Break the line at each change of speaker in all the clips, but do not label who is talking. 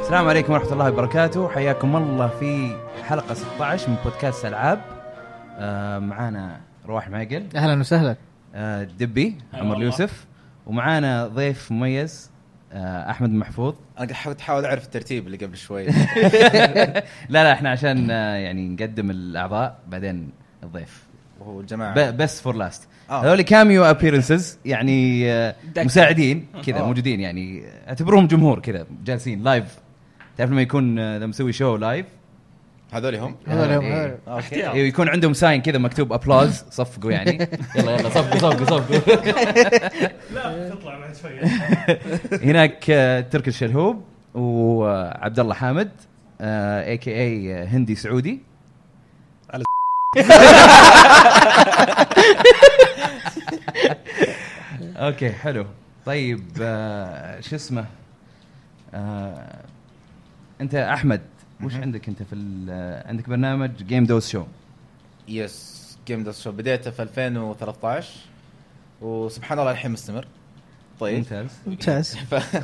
السلام عليكم ورحمة الله وبركاته حياكم الله في حلقة 16 من بودكاست ألعاب آه معانا رواح معقل
اهلا وسهلا
آه دبي
هلا
عمر
والله.
اليوسف ومعانا ضيف مميز آه احمد محفوظ
انا قاعد أحاول- احاول اعرف الترتيب اللي قبل شوي
لا لا احنا عشان آه يعني نقدم الاعضاء بعدين الضيف
وهو الجماعه
ب- بس فور لاست
آه.
هذول كاميو ابيرنسز يعني آه
دكة.
مساعدين كذا
آه.
موجودين يعني اعتبرهم جمهور كذا جالسين لايف تعرف لما يكون آه، لما مسوي شو لايف
هذول هم
هذا
هذول يوم-
إيه.
هذول.
اوكي
اختيار.
إيه، يكون عندهم ساين كذا مكتوب ابلاز صفقوا يعني يلا يلا صفقوا صفقوا صفقوا
لا تطلع بعد شوي
هناك آه، ترك الشلهوب وعبد الله حامد آه، اي كي اي هندي سعودي
على
اوكي حلو طيب آه، شو اسمه آه، انت احمد وش عندك انت في ال- آه، عندك برنامج جيم دوز شو
يس جيم دوز شو بديته في 2013 وسبحان الله الحين مستمر طيب
ممتاز
ممتاز
ف-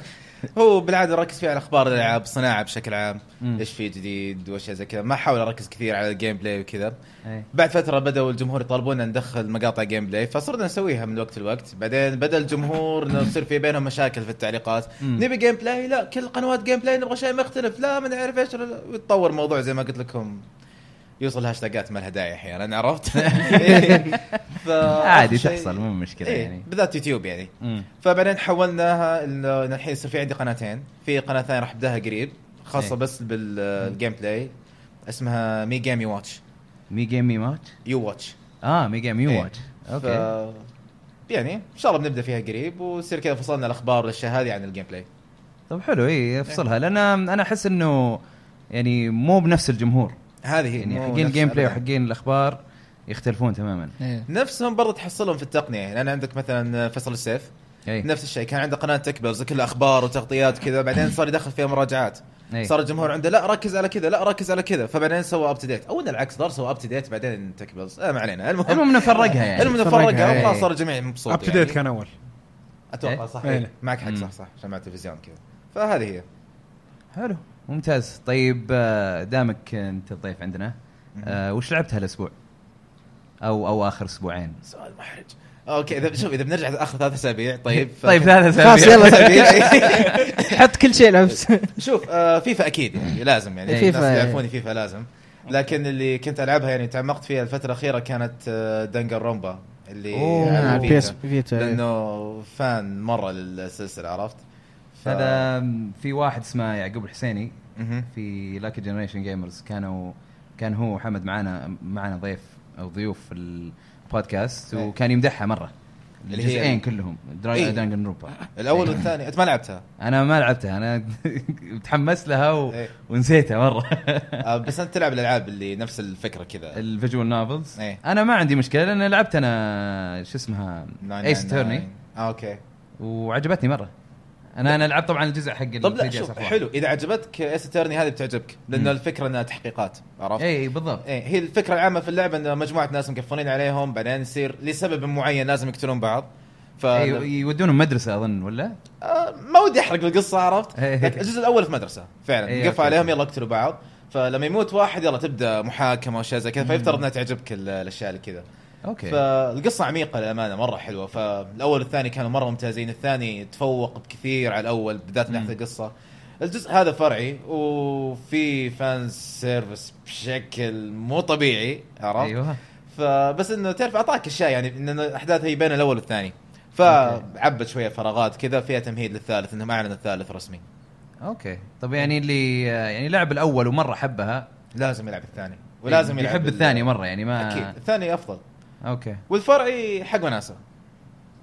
هو بالعاده اركز فيه على اخبار الالعاب الصناعه بشكل عام
مم.
ايش في جديد واشياء زي كذا ما احاول اركز كثير على الجيم بلاي وكذا
إيه.
بعد فتره بداوا الجمهور يطالبونا ندخل مقاطع جيم بلاي فصرنا نسويها من وقت لوقت بعدين بدا الجمهور إنه يصير في بينهم مشاكل في التعليقات
مم.
نبي جيم بلاي لا كل القنوات جيم بلاي نبغى شيء مختلف لا ما نعرف ايش لا- لا. يتطور الموضوع زي ما قلت لكم يوصل هاشتاقات ما لها داعي احيانا عرفت ف-
عادي
آه، شيء-
تحصل مو مشكله
إيه،
يعني
بالذات يوتيوب يعني
مم.
فبعدين حولناها إنه الحين يصير في عندي قناتين في قناه ثانيه راح ابداها قريب خاصه
إيه.
بس بالجيم بلاي اسمها مي جيم يو واتش
مي جيم مي ماتش
يو واتش
اه مي جيم يو
إيه.
واتش اوكي
يعني ان شاء الله بنبدا فيها قريب ويصير كذا فصلنا الاخبار والاشياء هذه عن الجيم بلاي
طب حلو إيه، اي افصلها لان انا احس انه يعني مو بنفس الجمهور
هذه هي
يعني
مو
حقين
نفس
الجيم بلاي
أبداً.
وحقين الاخبار يختلفون تماما
إيه.
نفسهم برضه تحصلهم في التقنيه يعني انا عندك مثلا فيصل السيف
اي
نفس الشيء كان عنده قناه تكبرز كلها اخبار وتغطيات كذا بعدين صار يدخل فيها مراجعات
إيه.
صار الجمهور عنده لا ركز على كذا لا ركز على كذا فبعدين سوى اب تو ديت او إن العكس صار سوى اب تو ديت بعدين تكبلز آه ما علينا المهم
المهم إنه فرقها يعني.
المهم إنه
فرقها،
فرقها
إيه.
وخلاص صار الجميع مبسوط
اب تو ديت كان اول
اتوقع صح
إيه.
معك حق صح صح عشان مع التلفزيون كذا فهذه هي
حلو ممتاز طيب آه، دامك انت الضيف عندنا آه، وش لعبت هالاسبوع؟ او او اخر اسبوعين
سؤال محرج اوكي اذا شوف اذا بنرجع اخر ثلاث اسابيع طيب ف-
طيب ثلاث
خلاص،
اسابيع
يلا.
أسابيع.
حط كل شيء لعبت
شوف آه فيفا اكيد يعني لازم يعني
فيفا،
الناس اللي
إيه.
يعرفوني فيفا لازم لكن اللي كنت العبها يعني تعمقت فيها الفتره الاخيره كانت آه، دنجر رومبا اللي
أوه،
على
على
الفيتا.
بي اس فيتا
لانه فان مره للسلسله عرفت ف-
هذا م، في واحد اسمه يعقوب الحسيني
مهم.
في لاكي جنريشن جيمرز كانوا كان هو وحمد معانا معانا ضيف او ضيوف في البودكاست
إيه.
وكان يمدحها مره
اللي هي-
الجزئين كلهم دراي
إيه.
دانجن روبا
الاول والثاني انت ما لعبتها
انا ما لعبتها انا متحمس لها و...
إيه.
ونسيتها مره
آه، بس انت تلعب الالعاب اللي نفس الفكره كذا
الفيجوال نوفلز
إيه.
انا ما عندي مشكله لان لعبت انا شو اسمها
999.
ايس تيرني
آه، اوكي
وعجبتني مره انا انا لعبت طبعا الجزء حق
طب لا
3DS
شوف
أفضل.
حلو اذا عجبتك ايس تيرني هذه بتعجبك
مم.
لانه الفكره انها تحقيقات عرفت؟
اي إيه، بالضبط
ايه هي الفكره العامه في اللعبه ان مجموعه ناس مقفلين عليهم بعدين يصير لسبب معين لازم يقتلون بعض ف
إيه، يودونهم مدرسه اظن ولا؟
آه، ما ودي احرق القصه عرفت؟
إيه.
لكن الجزء الاول في مدرسه
إيه،
فعلا قف
أوكي.
عليهم يلا اقتلوا بعض فلما يموت واحد يلا تبدا محاكمه واشياء زي كذا فيفترض انها تعجبك ال- الاشياء اللي كذا
اوكي
فالقصه عميقه للامانه مره حلوه فالاول والثاني كانوا مره ممتازين الثاني تفوق بكثير على الاول بالذات من ناحيه القصه الجزء هذا فرعي وفي فان سيرفس بشكل مو طبيعي عرفت
ايوه
فبس انه تعرف اعطاك اشياء يعني ان الاحداث هي بين الاول والثاني فعبت شويه فراغات كذا فيها تمهيد للثالث انهم اعلنوا الثالث رسمي
اوكي طب يعني اللي آه، يعني لعب الاول ومره حبها
لازم يلعب الثاني ولازم يلعب
يحب
ال-
الثاني مره يعني ما
اكيد الثاني افضل
اوكي
والفرعي حق وناسه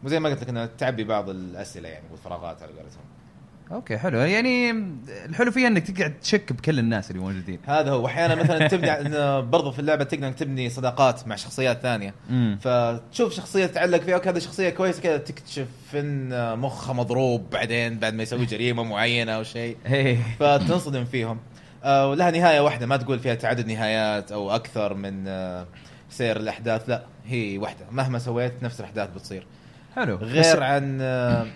وزي ما قلت لك انه تعبي بعض الاسئله يعني والفراغات على قولتهم
اوكي حلو يعني الحلو فيها انك تقعد تشك بكل الناس اللي موجودين
هذا هو احيانا مثلا تبني إنه برضو في اللعبه تقدر إنك تبني صداقات مع شخصيات ثانيه
امم
فتشوف شخصيه تتعلق فيها اوكي هذه شخصيه كويسه كذا تكتشف ان مخها مضروب بعدين بعد ما يسوي جريمه معينه او شيء
ايه
فتنصدم فيهم آه، ولها نهايه واحده ما تقول فيها تعدد نهايات او اكثر من آه، سير الاحداث لا هي واحده مهما سويت نفس الاحداث بتصير آه،
حلو
غير عن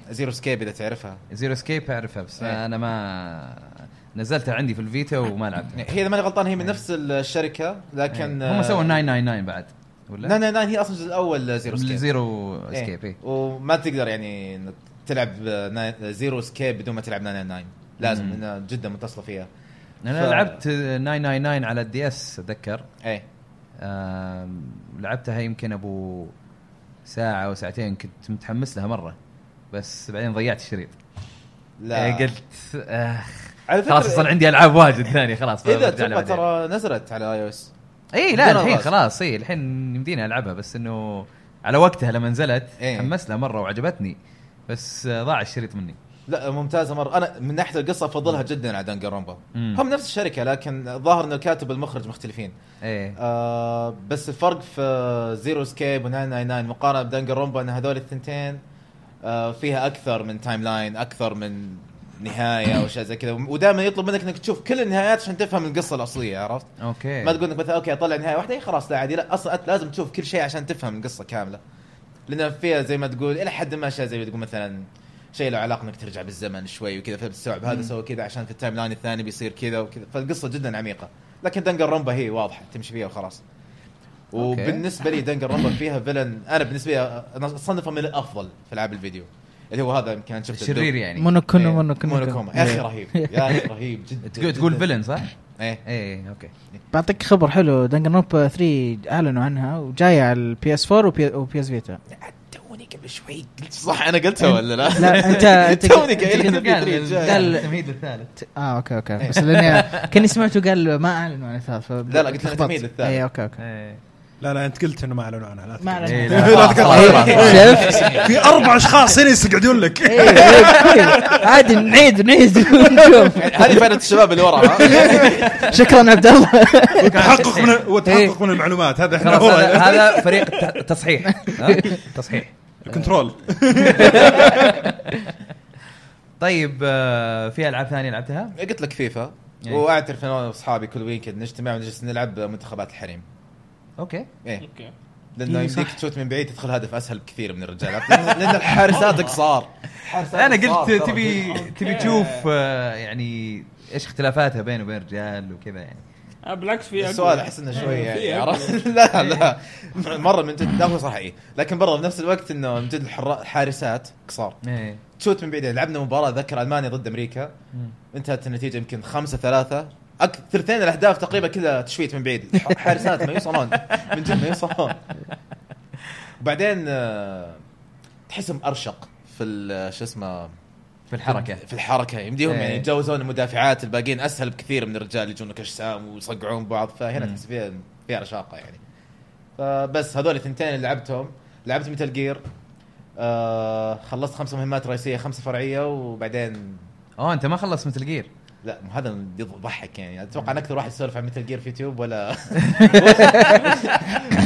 زيرو سكيب اذا تعرفها
زيرو سكيب اعرفها بس
إيه.
انا ما نزلتها عندي في الفيتا وما لعبتها
يعني هي اذا ماني غلطان هي من نفس الشركه لكن
إيه.
آه،
هم سووا 999 بعد ولا؟
999 هي اصلا الجزء الاول زيرو سكيب
زيرو
إيه.
اسكيب اي
وما تقدر يعني إنك تلعب آه، ناي- زيرو سكيب بدون ما تلعب 999 لازم
مم.
انها جدا متصله فيها
انا
ف-
لعبت 999 على الدي اس اتذكر
ايه
آم، لعبتها يمكن ابو ساعه او ساعتين كنت متحمس لها مره بس بعدين ضيعت الشريط
لا
إيه، قلت اخ
على فكرة
خلاص صار عندي العاب واجد ثانيه خلاص
اذا تبغى ترى نزلت على اي او اس
اي إيه، لا
بدون
الحين
الغاز.
خلاص اي الحين يمديني العبها بس انه على وقتها لما نزلت
إيه.
تحمست لها مره وعجبتني بس آه، ضاع الشريط مني
لا ممتازه مره انا من ناحيه القصه افضلها جدا على دنجر رومبا
مم.
هم نفس الشركه لكن ظاهر انه الكاتب والمخرج مختلفين
ايه
آه بس الفرق في زيرو سكيب و999 مقارنه بدنجر رومبا ان هذول الثنتين آه فيها اكثر من تايم لاين اكثر من نهايه واشياء زي كذا ودائما يطلب منك انك تشوف كل النهايات عشان تفهم القصه الاصليه عرفت؟
اوكي
ما تقول انك مثلا اوكي اطلع نهايه واحده إيه خلاص لا عادي لا اصلا انت لازم تشوف كل شيء عشان تفهم القصه كامله لان فيها زي ما تقول الى حد ما اشياء زي ما تقول مثلا شيء له علاقه انك ترجع بالزمن شوي وكذا فبتستوعب هذا سوى كذا عشان في التايم لاين الثاني بيصير كذا وكذا فالقصه جدا عميقه لكن دنجر رومبا هي واضحه تمشي فيها وخلاص
أوكي.
وبالنسبه لي دنجر رومبا فيها فيلن انا بالنسبه لي أنا اصنفه من الافضل في العاب الفيديو اللي هو هذا يمكن أنا شفت الدب.
شرير يعني
مونوكونو
إيه،
مونوكونو
مونوكوما يا اخي رهيب يا اخي رهيب جدا
تقول تقول
جداً.
فيلن صح؟
ايه
ايه اوكي
بعطيك خبر حلو دنجن نوب 3 اعلنوا عنها وجايه على البي اس 4 وبي اس فيتا
توني قبل شوي قلت صح انا قلتها ولا لا؟
لا، أنت- أنت-
توني
أنت
قايل
قلت-
إنه في تريد جاي.
قال-
التمهيد الثالث
اه اوكي اوكي بس لاني كاني سمعته قال ما اعلنوا عن الثالث
لا، لا، قلت لها تميل للثالث.
اي اوكي اوكي
ايه
لا لا انت قلت انه ما اعلنوا عنها لا
ما
تقلق.
إيه،
اعلنوا
لا.
لا تقلق.
شفت
في اربع اشخاص هنا يستقعدون لك
إيه، إيه، كويس. عادي نعيد نعيد ونشوف
هذه فائده الشباب اللي ورا ها؟
شكرا عبد الله
تحقق من
إيه.
وتحقق من المعلومات هذا احنا
خلاص هذا
هو
هذا فريق الت- التصحيح ها؟ تصحيح
الكنترول
طيب آه، في العاب ثانيه لعبتها؟
قلت لك فيفا
إيه.
واعترف انا واصحابي كل ويكند نجتمع ونجلس نلعب منتخبات الحريم
اوكي
ايه
اوكي
لانه
إيه،
يمديك
صح.
تشوت من بعيد تدخل هدف اسهل بكثير من الرجال لأن- لان الحارسات قصار طيب،
انا قلت تبي
أوكي.
تبي تشوف آه، يعني ايش اختلافاتها بين وبين الرجال وكذا يعني
آه، بالعكس في أقوى.
السؤال احس انه شوي
آه، في
يعني
أقوى.
عرفت؟ لا لا مره من جد لا هو صح ايه لكن برضه بنفس الوقت انه من جد الحرا- الحارسات قصار
ايه
تشوت من بعيد لعبنا مباراه ذكر المانيا ضد امريكا
مم.
انتهت النتيجه يمكن خمسة ثلاثة أك- ثلثين الاهداف تقريبا كذا تشويت من بعيد ح- حارسات ما يوصلون من جد ما يوصلون وبعدين آه، تحسهم ارشق في ال- شو اسمه
في الحركه
في الحركه يمديهم
إيه.
يعني يتجاوزون المدافعات الباقيين اسهل بكثير من الرجال يجونك اجسام ويصقعون بعض فهنا
مم.
تحس فيها فيها رشاقه يعني فبس هذول الثنتين اللي لعبتهم لعبت متل جير آه خلصت خمس مهمات رئيسيه خمسه فرعيه وبعدين
اه انت ما خلصت مثل جير
لا مو هذا اللي يضحك يعني اتوقع انا اكثر واحد يسولف عن مثل جير في يوتيوب ولا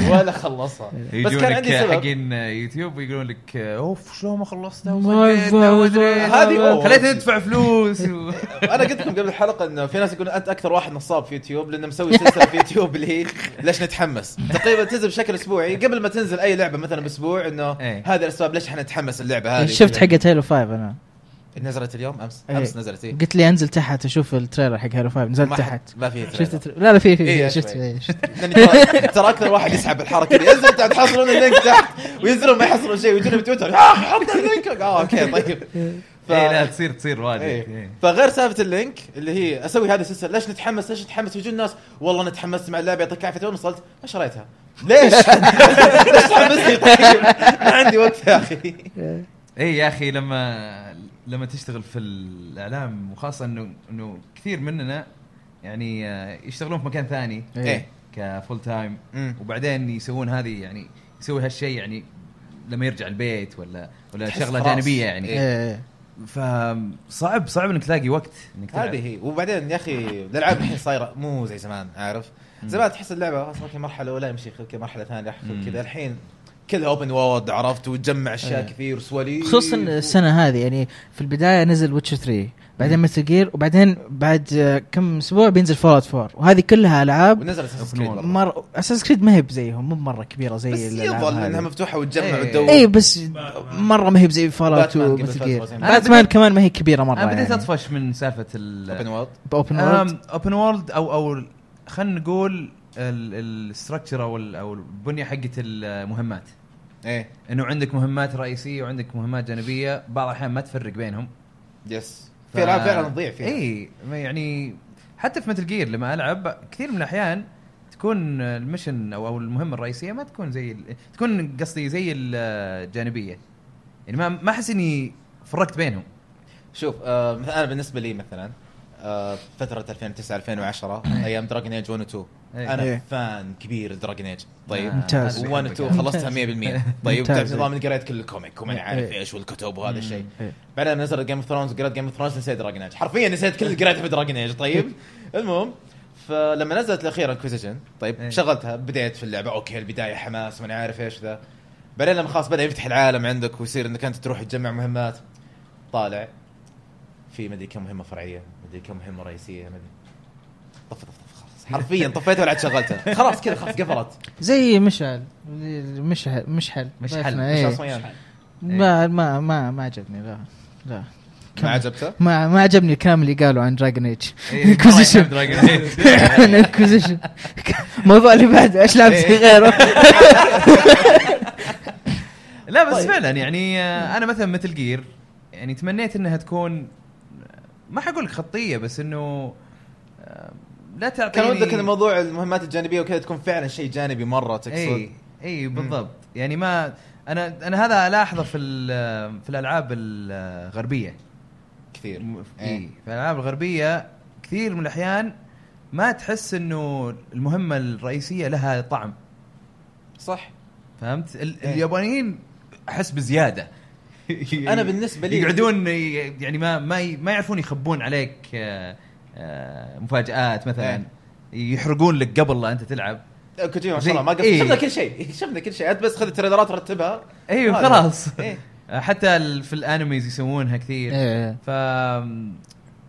ولا خلصها
إيه.
بس كان
يجونك
عندي سبب
حقين آه، يوتيوب ويقولون لك آه، اوف شلون ما خلصتها
ما
وصدقتها
يفوت.
ومدري إيش.
هذه أول.
خليتني ادفع فلوس إيه، و-
انا قلت لكم قبل الحلقه انه في ناس يقولون انت اكثر واحد نصاب في يوتيوب لانه مسوي سلسله في يوتيوب اللي هي ليش نتحمس تقريبا تنزل بشكل اسبوعي قبل ما تنزل اي لعبه مثلا باسبوع انه
إيه.
هذه الاسباب ليش احنا نتحمس اللعبه هذه
يعني شفت حقت هيلو 5 انا
نزلت اليوم امس
إيه.
امس نزلت اي
قلت لي انزل تحت اشوف التريلر حق هيلو 5 نزلت
ما حد-
تحت
ما في
شفت التر- لا لا في في-
إيه،
في شفت
شوي.
إيه، شفت
لأني ترى- ترى اكثر واحد يسحب الحركه دي ينزل تحت يحصلون اللينك تحت وينزلون ما يحصلون شيء ويجونا بتويتر آه، حط اللينك اه اوكي طيب
إيه،
ف...
ايه لا تصير تصير واجد
إيه.
إيه.
فغير سالفه اللينك اللي هي اسوي هذه السلسله ليش نتحمس ليش نتحمس ويجون الناس والله انا تحمست مع اللعبه يعطيك العافيه توني وصلت ما شريتها ليش؟ ليش تحمسني طيب؟ ما عندي وقت يا اخي
إيه.
اي إيه يا اخي لما لما تشتغل في الاعلام وخاصه انه انه كثير مننا يعني آه، يشتغلون في مكان ثاني
إيه.
كفول تايم
مم.
وبعدين يسوون هذه يعني يسوي هالشيء يعني لما يرجع البيت ولا ولا
تحس
شغله
خلاص.
جانبيه يعني
إيه.
إيه.
فصعب صعب انك تلاقي وقت انك تلعب.
هذه هي وبعدين يا اخي الالعاب الحين صايره مو زي زمان عارف زمان تحس اللعبه اصلا اوكي مرحله اولى يمشي اوكي مرحله ثانيه راح
مم.
كذا الحين كلها اوبن وورد عرفت وتجمع اشياء
إيه.
كثير وسواليف
خصوصا السنه هذه يعني في البدايه نزل ويتشر 3 بعدين متل جير وبعدين بعد آه، كم اسبوع بينزل فولات 4 وهذه كلها العاب
ونزل اساس كريد برضه.
مر اساس كريد ما هي بزيهم مو مره كبيره زي
بس
الألعاب
يظل
هذه.
انها مفتوحه وتجمع
إيه.
وتدور
اي بس
باتمان.
مره ما هي بزي فالات
باتمان قبل
ومثل
ثلاث
جير
مواسم.
باتمان كمان ما هي كبيره مره
انا بديت
يعني.
اطفش من سالفه ال
اوبن وورد
باوبن وورلد
اوبن وورلد او او خلينا نقول الاستراكشر او ال- او البنيه حقت المهمات
ايه
انه عندك مهمات رئيسيه وعندك مهمات جانبيه بعض الاحيان ما تفرق بينهم
يس في العاب فعلا تضيع فيها
إيه.
اي ما يعني حتى في متل جير لما العب كثير من الاحيان تكون المشن او او المهمه الرئيسيه ما تكون زي ال- تكون قصدي زي الجانبيه يعني ما ما احس اني فرقت بينهم
شوف آه مثلا انا بالنسبه لي مثلا آه فتره 2009 2010 ايام دراجن ايج 1 و 2
إيه.
انا
إيه.
فان كبير دراجن ايج
آه،
طيب
ممتاز.
هذا
و
اللي
1 و
يحبك
2
يعني.
خلصتها 100% طيب
ممتاز.
تعرف نظام اني قريت كل الكوميك وما عارف
إيه.
ايش والكتب وهذا الشيء
إيه.
بعدين نزل جيم اوف ثرونز قريت جيم اوف ثرونز نسيت دراجن ايج حرفيا نسيت كل اللي قريته في دراجن ايج طيب المهم فلما نزلت الاخيره انكوزيشن طيب
إيه.
شغلتها بديت في اللعبه اوكي البدايه حماس وما عارف ايش ذا بعدين لما خلاص بدا يفتح العالم عندك ويصير انك انت تروح تجمع مهمات طالع في مدري كم مهمه فرعيه مدري كم مهمه رئيسيه مدري طف طف طف خلاص حرفيا طفيتها ولا عاد شغلتها خلاص كذا خلاص قفلت
زي مشعل مشعل مشحل
مشحل.
ضيفنا،
مش
إيه.
خلاص ويانا.
ما ما ما ما عجبني لا لا
ما عجبته
ما ما عجبني الكلام اللي قالوا عن دراجون ايج
إيه،
Inquisition.
مرة يحب Dragon Age.
عن اكوزيشن الموضوع اللي بعده ايش لعبت في غيره؟
لا بس
طيب.
فعلا يعني آه، انا مثلا مثل جير يعني تمنيت انها تكون ما حقول لك خطيه بس انه آه، لا تعطيني
كان ودك ان موضوع المهمات الجانبيه وكذا تكون فعلا شيء جانبي مره
اي
تقصد
اي بالضبط يعني ما انا انا هذا الاحظه في ال- في الالعاب الغربيه
كثير
م-
إيه.
اي في الالعاب الغربيه كثير من الاحيان ما تحس انه المهمه الرئيسيه لها طعم
صح
فهمت ال-
إيه.
اليابانيين احس بزياده
أنا بالنسبة لي-
يقعدون ي- يعني ما ما ي- ما يعرفون يخبون عليك آه، آه، مفاجات مثلا يحرقون لك قبل لا انت تلعب
كوجيما آه، ما
زي-
شاء الله ما قصد
إيه.
شفنا كل شيء شفنا كل شيء انت بس خذ التريلرات رتبها
ايوه
هذا.
خلاص
إيه.
حتى ال- في الانميز يسوونها كثير
إيه.
ف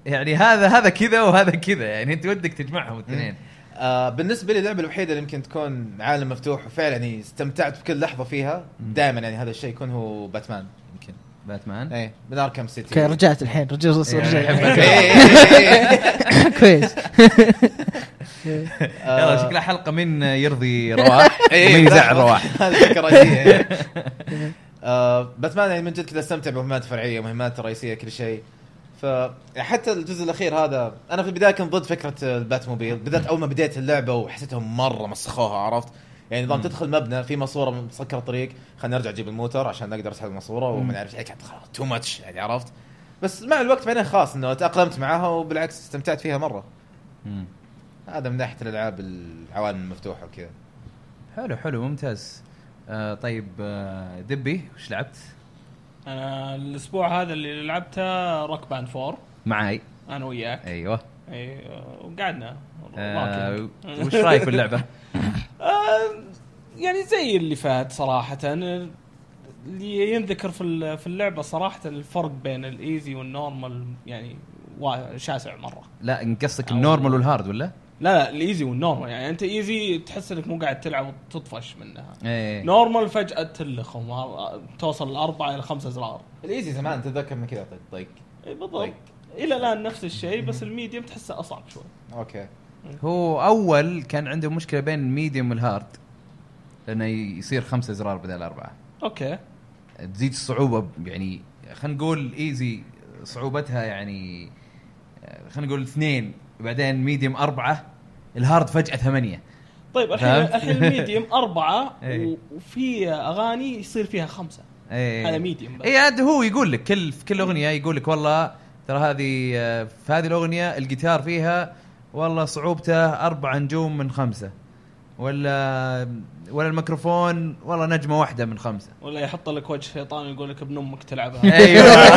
يعني هذا هذا كذا وهذا كذا يعني انت ودك تجمعهم الاثنين
آه بالنسبه لي اللعبه الوحيده اللي يمكن تكون عالم مفتوح وفعلا يعني استمتعت بكل لحظه فيها دائما يعني هذا الشيء يكون هو باتمان يمكن
باتمان
ايه من اركم سيتي إيه،
اوكي رجعت الحين رجعت رجعت
أحب-
كويس
يلا
آه.
شكلها حلقه من يرضي رواح
إيه،
ومن يزعل
لا،
رواح
هذه فكرة رديئة. آه، باتمان يعني من جد كذا استمتع بمهمات فرعيه مهمات رئيسيه كل شيء فحتى الجزء الاخير هذا انا في البدايه كنت ضد فكره الباتموبيل بالذات اول ما بديت اللعبه وحسيتهم مره مسخوها عرفت يعني نظام تدخل مبنى في ماسوره مسكره طريق خلينا نرجع اجيب الموتر عشان نقدر اسحب الماسوره وما نعرف ايش خلاص تو ماتش يعني عرفت بس مع الوقت بعدين خلاص انه تاقلمت معاها وبالعكس استمتعت فيها مره
مم.
هذا من ناحيه الالعاب العوالم المفتوحه وكذا
حلو حلو ممتاز آه طيب آه دبي وش لعبت
انا الاسبوع هذا اللي لعبته روك باند 4
معاي
انا وياك
ايوه
اي آه، وقعدنا
آه
راكد.
وش رايك باللعبه
آه، يعني زي اللي فات صراحة اللي ينذكر في ال- في اللعبة صراحة الفرق بين الايزي والنورمال يعني وا- شاسع مرة
لا إن قصدك النورمال والهارد ولا
لا لا الايزي والنورمال يعني انت ايزي تحس انك مو قاعد تلعب وتطفش منها
ايه
نورمال فجأة تلخم ها- توصل لأربعة إلى خمسة أزرار
الايزي زمان تتذكر من كذا طق طق
إي إيه، بالضبط
طيب.
إلى الآن نفس الشيء بس الميديوم تحسه أصعب شوي
اوكي
هو اول كان عنده مشكله بين الميديوم والهارد لانه يصير خمسة ازرار بدل اربعه
أوكي
تزيد الصعوبه ب- يعني خلينا نقول ايزي صعوبتها يعني آه، خلينا نقول اثنين بعدين ميديوم اربعه الهارد فجاه ثمانيه
طيب الحين
فهمت؟
الحين الميديوم أربعة
إي.
و- وفي أغاني يصير فيها خمسة
ايه
هذا ميديوم بس
اي عاد هو يقول لك كل في كل اغنيه يقول لك والله ترى هذه آه، في هذه الاغنيه الجيتار فيها والله صعوبته اربع نجوم من خمسه ولا ولا الميكروفون والله نجمه واحده من خمسه
ولا يحط لك وجه شيطان ويقول لك ابن امك تلعبها
ايوه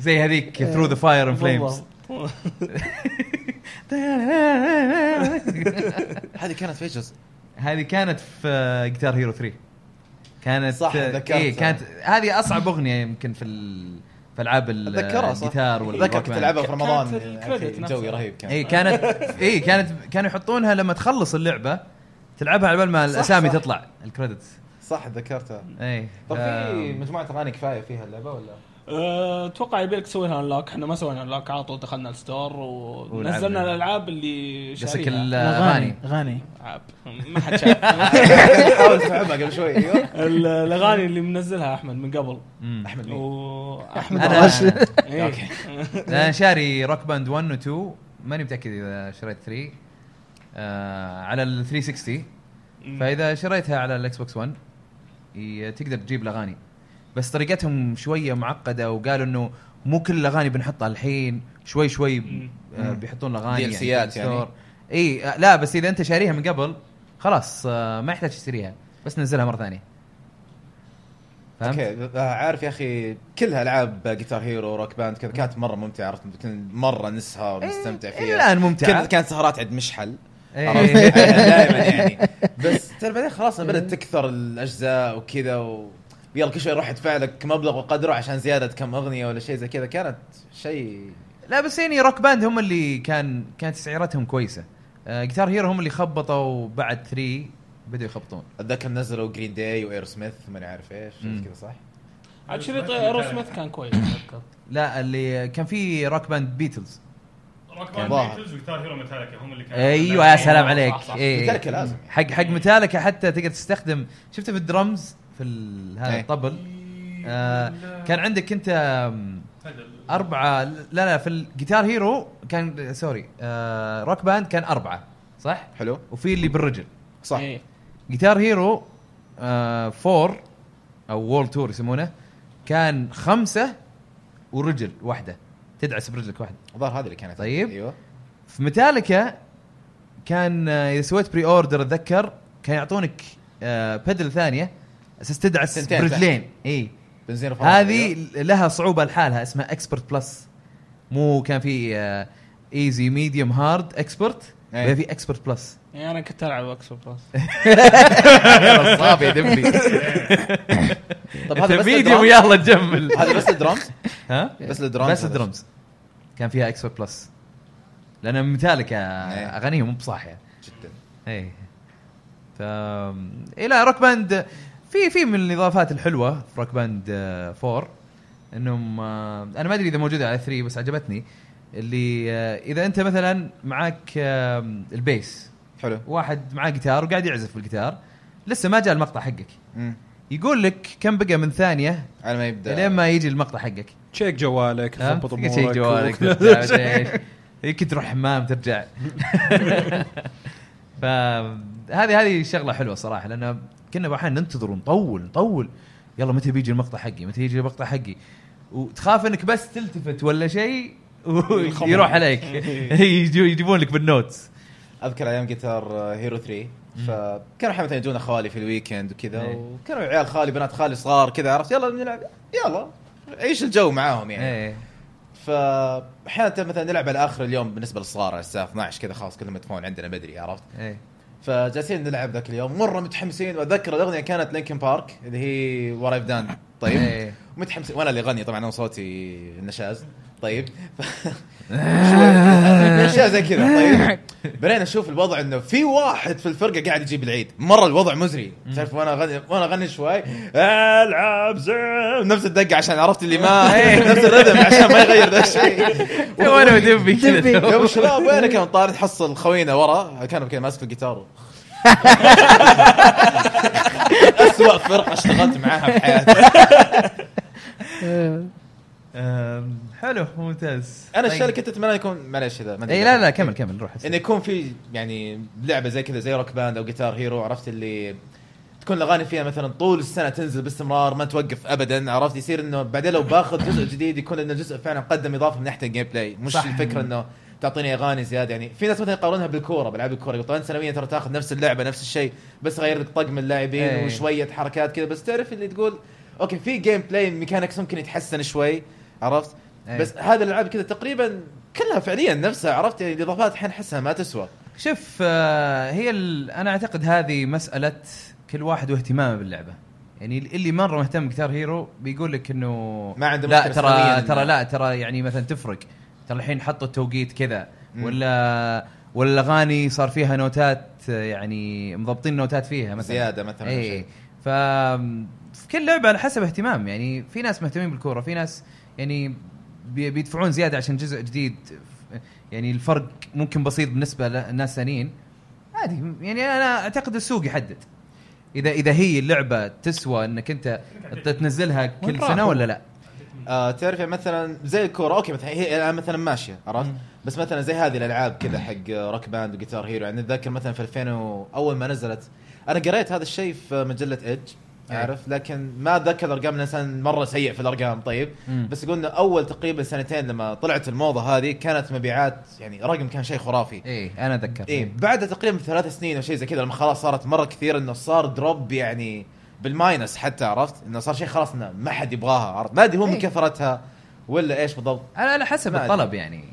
زي هذيك ثرو ذا فاير اند فليمز
بالضبط.
هذه كانت في جزء
هذه كانت في آه، جيتار هيرو 3 كانت
صح، ذكرت.
إيه كانت هذه اصعب اغنيه يمكن في ال... في العاب ال-
اتذكرها صح
الجيتار إيه. وال-
اتذكر كنت
والروك
العبها في
كانت
رمضان
الكريدت
يعني
نفسها.
جوي رهيب كان
اي كانت اي كانت كانوا يحطونها لما تخلص اللعبه تلعبها على بال ما
صح،
الاسامي
صح.
تطلع الكريدتس
صح تذكرتها
اي
طب في
آم،
مجموعه اغاني كفايه فيها اللعبه ولا؟
أه، اتوقع يبيلك تسوي لها انلوك احنا ما سوينا انلوك على طول دخلنا الستور ونزلنا
ولعبنا.
الالعاب اللي
قصدك
شاريها
الاغاني
اغاني
العاب ما حد شاف
حاول تلعبها قبل شوي ايوه
ال- الاغاني اللي منزلها احمد من قبل
مم.
احمد مين؟
واحمد
انا
إيه.
أوكي.
انا شاري روك باند 1 و 2 ماني متاكد اذا شريت 3 آه على ال 360 فاذا شريتها على الاكس بوكس 1 ي- تقدر تجيب الاغاني بس طريقتهم شويه معقده وقالوا انه مو كل الاغاني بنحطها الحين شوي شوي ب- آه، بيحطون الاغاني
DLC يعني.
اي لا بس اذا انت شاريها من قبل خلاص آه، ما يحتاج تشتريها بس نزلها مره ثانيه فهمت؟
اوكي آه، عارف يا اخي كلها العاب جيتار هيرو روك باند كذا كانت مره ممتعه عرفت كنت مره نسهر ونستمتع
إيه،
فيها
الان ممتعه
كانت كانت سهرات عند مشحل عرفت؟
إيه.
دائما يعني بس ترى بعدين خلاص بدات تكثر الاجزاء وكذا و يلا كل شوي روح ادفع لك مبلغ وقدره عشان زياده كم اغنيه ولا شيء زي كذا كانت شيء
لا بس يعني روك باند هم اللي كان كانت سعراتهم كويسه آه جيتار هيرو هم اللي خبطوا بعد 3 بدوا يخبطون
اتذكر نزلوا جرين داي واير سميث ماني عارف ايش شيء
مم.
كذا صح؟
عاد شريط ايرو سميث كان كويس اتذكر
لا اللي كان في روك باند بيتلز
روك
كان
باند
ظاهر.
بيتلز وجيتار هيرو ميتاليكا هم اللي كانوا
ايوه يا سلام
صح،
عليك
صح.
إيه.
ميتاليكا لازم يعني.
حق حق ميتاليكا حتى تقدر تستخدم شفته في الدرمز في ال- هذا
إيه.
الطبل آه كان عندك انت آم، أربعة لا لا في الجيتار هيرو كان سوري آه روك باند كان أربعة صح؟
حلو
وفي اللي بالرجل
صح
إيه.
جيتار هيرو آه فور او وول تور يسمونه كان خمسه ورجل واحده تدعس برجلك واحده
الظاهر هذه اللي كانت
طيب.
ايوه
في ميتاليكا كان آه، اذا سويت بري اوردر اتذكر كان يعطونك آه بدل ثانيه اساس تدعس
ثنتين
برجلين اي
بنزين الفرامل،
هذه
أيوة.
لها صعوبه لحالها اسمها اكسبرت بلس مو كان في آه، ايزي ميديوم هارد اكسبرت
إيه.
في اكسبرت بلس
يعني انا كنت العب اكسو بلس
صعب يا دبلي طب هذا بس
ميديوم
الدرامز
يلا نجمل
هذا بس الدرامز
ها
بس الدرامز
بس الدرمز كان فيها اكس بلس لان ميتاليكا
إيه.
اغانيهم مو بصاحيه
جدا
اي ف الى روك باند في في من الاضافات الحلوه في روك باند آه، 4 انهم آه، انا ما ادري اذا موجوده على 3 بس عجبتني اللي آه، اذا انت مثلا معك آه، البيس
حلو
واحد معاه جيتار وقاعد يعزف بالجيتار لسه ما جاء المقطع حقك
مم.
يقول لك كم بقى من ثانيه
على ما يبدا
لين ما يجي المقطع حقك
تشيك جوالك ضبط
تلقى
امورك
شيء جوالك ترجع، مدري إيش. يمكن تروح حمام ترجع فهذه هذه شغله حلوه صراحه لان كنا احيانا ننتظر ونطول نطول يلا متى بيجي المقطع حقي متى يجي المقطع حقي وتخاف انك بس تلتفت ولا شيء ويروح عليك
إيه.
يجو- يجيبون لك بالنوتس
اذكر ايام جيتار هيرو 3 آه، فكانوا احيانا مثلا يجونا خوالي في الويكند وكذا
إيه.
وكانوا عيال خالي بنات خالي صغار كذا عرفت يلا نلعب يلا عيش الجو معاهم يعني
إيه.
فاحيانا مثلا نلعب على اخر اليوم بالنسبه للصغار على الساعه 12 كذا خلاص كلهم يدفعون عندنا بدري عرفت
إيه.
فجالسين نلعب ذاك اليوم مره متحمسين واتذكر الاغنيه كانت لينكن بارك اللي هي وات ايف دان طيب
إيه.
متحمسين وانا اللي غني طبعا انا صوتي نشاز طيب ف- اشياء زي كذا طيب بعدين اشوف الوضع انه في واحد في الفرقه قاعد يجيب العيد مره الوضع مزري تعرف وانا اغني وانا اغني شوي العب زين نفس الدقه عشان عرفت اللي ما
إيه.
نفس الرذم عشان ما يغير ذا الشيء
وانا ودبي كذا
يوم شباب وينك كان طالع تحصل خوينا ورا كانوا كذا ماسك الجيتار أسوأ فرقة اشتغلت معاها في حياتي
آه.
أم، حلو ممتاز
أنا الشيء اللي كنت أتمنى يكون معليش إذا ما أدري
اي طيب. إيه، لا لا كمل كمل روح
انه يكون في يعني لعبه زي كذا زي روك باند او جيتار هيرو عرفت اللي تكون الاغاني فيها مثلا طول السنه تنزل باستمرار ما توقف ابدا عرفت يصير انه بعدين لو باخذ جزء جديد يكون انه الجزء فعلا قدم اضافه من ناحيه الجيم بلاي مش
صح.
صح. الفكره انه تعطيني اغاني زياده يعني في ناس مثلا يقارنها بالكوره بالعاب الكوره يقول انت سنويا ترى تاخذ نفس اللعبه نفس الشيء بس غير لك طقم اللاعبين
إيه.
ايه. وشويه حركات كذا بس تعرف اللي تقول اوكي في جيم بلاي ميكانكس ممكن يتحسن شوي عرفت
إيه.
بس هذا الالعاب كذا تقريبا كلها فعليا نفسها عرفت يعني الاضافات الحين احسها ما تسوى
شوف آه، هي ال- انا اعتقد هذه مساله كل واحد واهتمامه باللعبه يعني اللي مره مهتم بجيتار هيرو بيقول لك انه
ما عنده
لا
مشكلة
ترى
ثانية إنه-
ترى لا ترى يعني مثلا تفرق ترى الحين حطوا التوقيت كذا
مم.
ولا ولا الاغاني صار فيها نوتات آه، يعني مضبطين نوتات فيها مثلا
زياده مثلا
اي
اي
ف في كل لعبه على حسب اهتمام يعني في ناس مهتمين بالكوره في ناس يعني بي- بيدفعون زياده عشان جزء جديد يعني الفرق ممكن بسيط بالنسبه للناس ثانيين عادي يعني انا اعتقد السوق يحدد اذا اذا هي اللعبه تسوى انك انت تنزلها
وين
كل
راح
سنه
هو؟
ولا لا
آه تعرف يعني مثلا زي الكوره اوكي مثلا هي الان مثلا ماشيه عرفت بس مثلا زي هذه الالعاب كذا حق روك باند وجيتار هيرو يعني اتذكر مثلا في 2000 و- اول ما نزلت انا قريت هذا الشيء في مجله ايدج عارف لكن ما اتذكر الارقام الانسان مره سيء في الارقام طيب
مم.
بس قلنا اول تقريبا سنتين لما طلعت الموضه هذه كانت مبيعات يعني رقم كان شيء خرافي
اي انا اتذكر
اي بعدها تقريبا ثلاث سنين او شيء زي كذا لما خلاص صارت مره كثير انه صار دروب يعني بالماينس حتى عرفت انه صار شيء خلاص انه ما حد يبغاها عرفت ما ادري هو من
إيه.
كثرتها ولا ايش بالضبط
على على حسب
ما
الطلب يعني